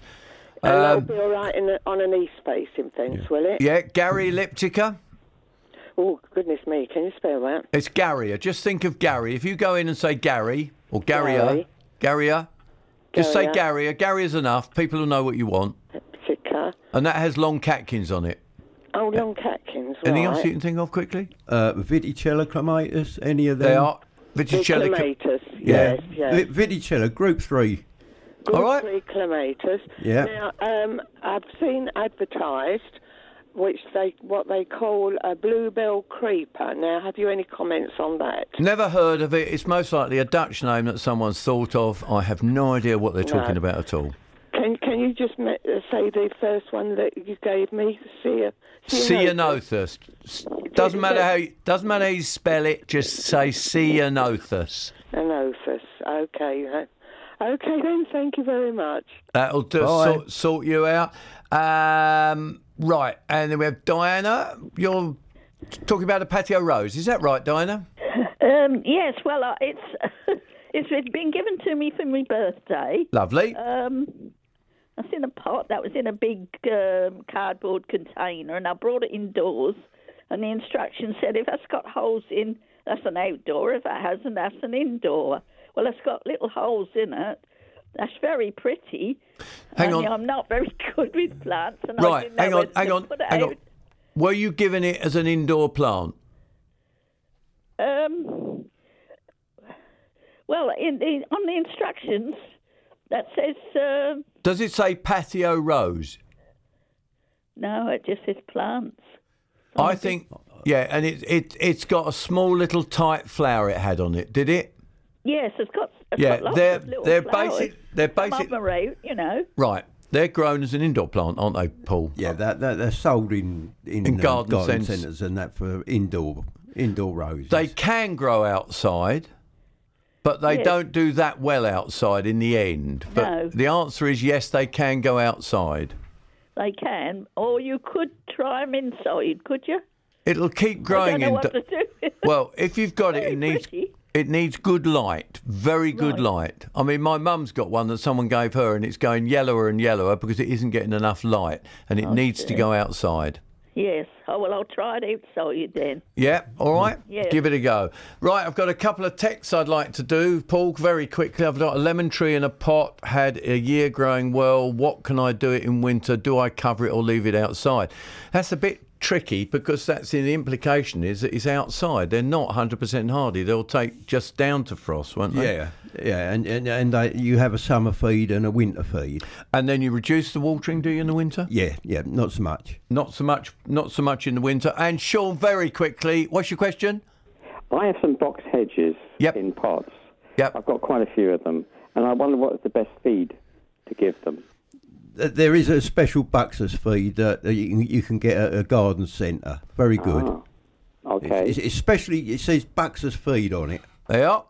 [SPEAKER 19] And
[SPEAKER 1] Um,
[SPEAKER 19] that'll be all right in a, on an east facing fence, will it?
[SPEAKER 1] yeah, Gary Elliptica.
[SPEAKER 19] Oh goodness me! Can you spell that?
[SPEAKER 1] It's Garrier. Just think of Gary. If you go in and say Gary or Garrier,
[SPEAKER 19] Gary.
[SPEAKER 1] Garrier, just say
[SPEAKER 19] Garrier.
[SPEAKER 1] Garrier. Garrier's enough. People will know what you want.
[SPEAKER 19] Elliptica.
[SPEAKER 1] And that has long catkins on it.
[SPEAKER 19] Oh, long catkins.
[SPEAKER 1] Anything
[SPEAKER 19] right.
[SPEAKER 1] else you can think of quickly?
[SPEAKER 3] Uh, viticella clematis, any of them?
[SPEAKER 1] They are viticella.
[SPEAKER 19] Clematis, yes, yes.
[SPEAKER 3] Vi- Viticella, group three.
[SPEAKER 19] Good three clematis.
[SPEAKER 3] Yeah.
[SPEAKER 19] Now, um, I've seen advertised, which they what they call a bluebell creeper. Now, have you any comments on that?
[SPEAKER 1] Never heard of it. It's most likely a Dutch name that someone's thought of. I have no idea what they're
[SPEAKER 19] No.
[SPEAKER 1] talking about at all.
[SPEAKER 19] Can Can you just ma- uh, say the first one that you gave me? See ya.
[SPEAKER 1] Ceanothus. Doesn't matter how you, doesn't matter how you spell it. Just say Ceanothus.
[SPEAKER 19] Anophis. Okay. then. Okay then. Thank you very much.
[SPEAKER 1] That'll do,
[SPEAKER 19] Bye.
[SPEAKER 1] sort, sort you out. Um, right, and then we have Diana. You're talking about a patio rose. Is that right, Diana?
[SPEAKER 21] Um, yes, well, uh, it's [LAUGHS] it's been given to me for my birthday.
[SPEAKER 1] Lovely.
[SPEAKER 21] Um, that's in a pot that was in a big um, cardboard container, and I brought it indoors. And the instructions said, if that's got holes in, that's an outdoor. If it hasn't, that's an indoor. Well, it's got little holes in it. That's very pretty.
[SPEAKER 1] Hang
[SPEAKER 21] Only
[SPEAKER 1] on.
[SPEAKER 21] I'm not very [LAUGHS] good with plants, and I
[SPEAKER 1] right,
[SPEAKER 21] didn't know
[SPEAKER 1] hang on,
[SPEAKER 21] whether
[SPEAKER 1] hang
[SPEAKER 21] to
[SPEAKER 1] on,
[SPEAKER 21] put it
[SPEAKER 1] hang
[SPEAKER 21] out.
[SPEAKER 1] on. Were you given it as an indoor plant?
[SPEAKER 21] Um, well, in the, on the instructions, that says um
[SPEAKER 1] Does it say patio rose?
[SPEAKER 21] no. It just says plants. Oh,
[SPEAKER 1] I think, yeah, and it it it's got a small little tight flower it had on it. Did it?
[SPEAKER 21] Yes, it's got. It's
[SPEAKER 1] Yeah,
[SPEAKER 21] got lots
[SPEAKER 1] they're-
[SPEAKER 21] of little
[SPEAKER 1] they're
[SPEAKER 21] flowers.
[SPEAKER 1] basic- they're
[SPEAKER 21] Some of
[SPEAKER 1] basic-
[SPEAKER 21] them are out, you know.
[SPEAKER 1] Right. They're grown as an indoor plant, aren't they, Paul?
[SPEAKER 3] Yeah, that, that they're sold in in,
[SPEAKER 1] In
[SPEAKER 3] uh,
[SPEAKER 1] garden
[SPEAKER 3] garden
[SPEAKER 1] centres.
[SPEAKER 3] centres and that for indoor indoor roses.
[SPEAKER 1] They can grow outside, but they
[SPEAKER 3] Yes.
[SPEAKER 1] don't do that well outside in the end. But
[SPEAKER 21] No.
[SPEAKER 1] the answer is yes, they can go outside.
[SPEAKER 21] They can, or you could try them inside, could you?
[SPEAKER 1] It'll keep
[SPEAKER 21] I don't
[SPEAKER 1] growing
[SPEAKER 21] know
[SPEAKER 1] in.
[SPEAKER 21] what to [LAUGHS] do.
[SPEAKER 1] [LAUGHS] well, if you've got it, it needs it needs good light, very good light. I mean, my mum's got one that someone gave her, and it's going yellower and yellower because it isn't getting enough light, and it needs to
[SPEAKER 21] Oh, dear.
[SPEAKER 1] go outside.
[SPEAKER 21] yes. Oh well, I'll try it outside then.
[SPEAKER 1] Yeah, all right.
[SPEAKER 21] Yeah.
[SPEAKER 1] Give it a go. Right, I've got a couple of texts I'd like to do, Paul, very quickly. I've got a lemon tree in a pot, had a year growing well. What can I do it in winter? Do I cover it or leave it outside? That's a bit tricky because that's the implication is that it's outside. They're not 100% hardy. They'll take just down to frost, won't they?
[SPEAKER 3] Yeah, yeah, and and, and they, you have a summer feed and a winter feed,
[SPEAKER 1] and then you reduce the watering, do you, in the winter?
[SPEAKER 3] Yeah, yeah, not so much.
[SPEAKER 1] Not so much, not so much in the winter. And Sean, very quickly, what's your question?
[SPEAKER 20] I have some box hedges in pots.
[SPEAKER 1] Yep.
[SPEAKER 20] I've got quite a few of them, and I wonder what is the best feed to give them.
[SPEAKER 3] Th- There is a special Buxus feed that that you can, you can get at a garden centre. Very good.
[SPEAKER 20] okay.
[SPEAKER 3] It's, it's especially it says Buxus feed on it.
[SPEAKER 1] Yeah.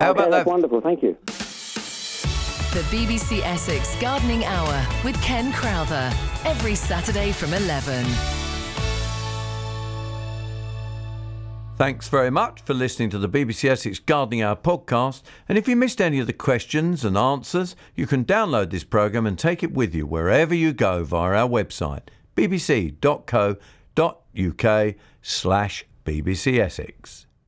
[SPEAKER 20] How about that? Wonderful. Thank you.
[SPEAKER 2] The BBC Essex Gardening Hour with Ken Crowther. Every Saturday from 11.
[SPEAKER 1] Thanks very much for listening to the BBC Essex Gardening Hour podcast. And if you missed any of the questions and answers, you can download this programme and take it with you wherever you go via our website, bbc.co.uk slash BBC Essex.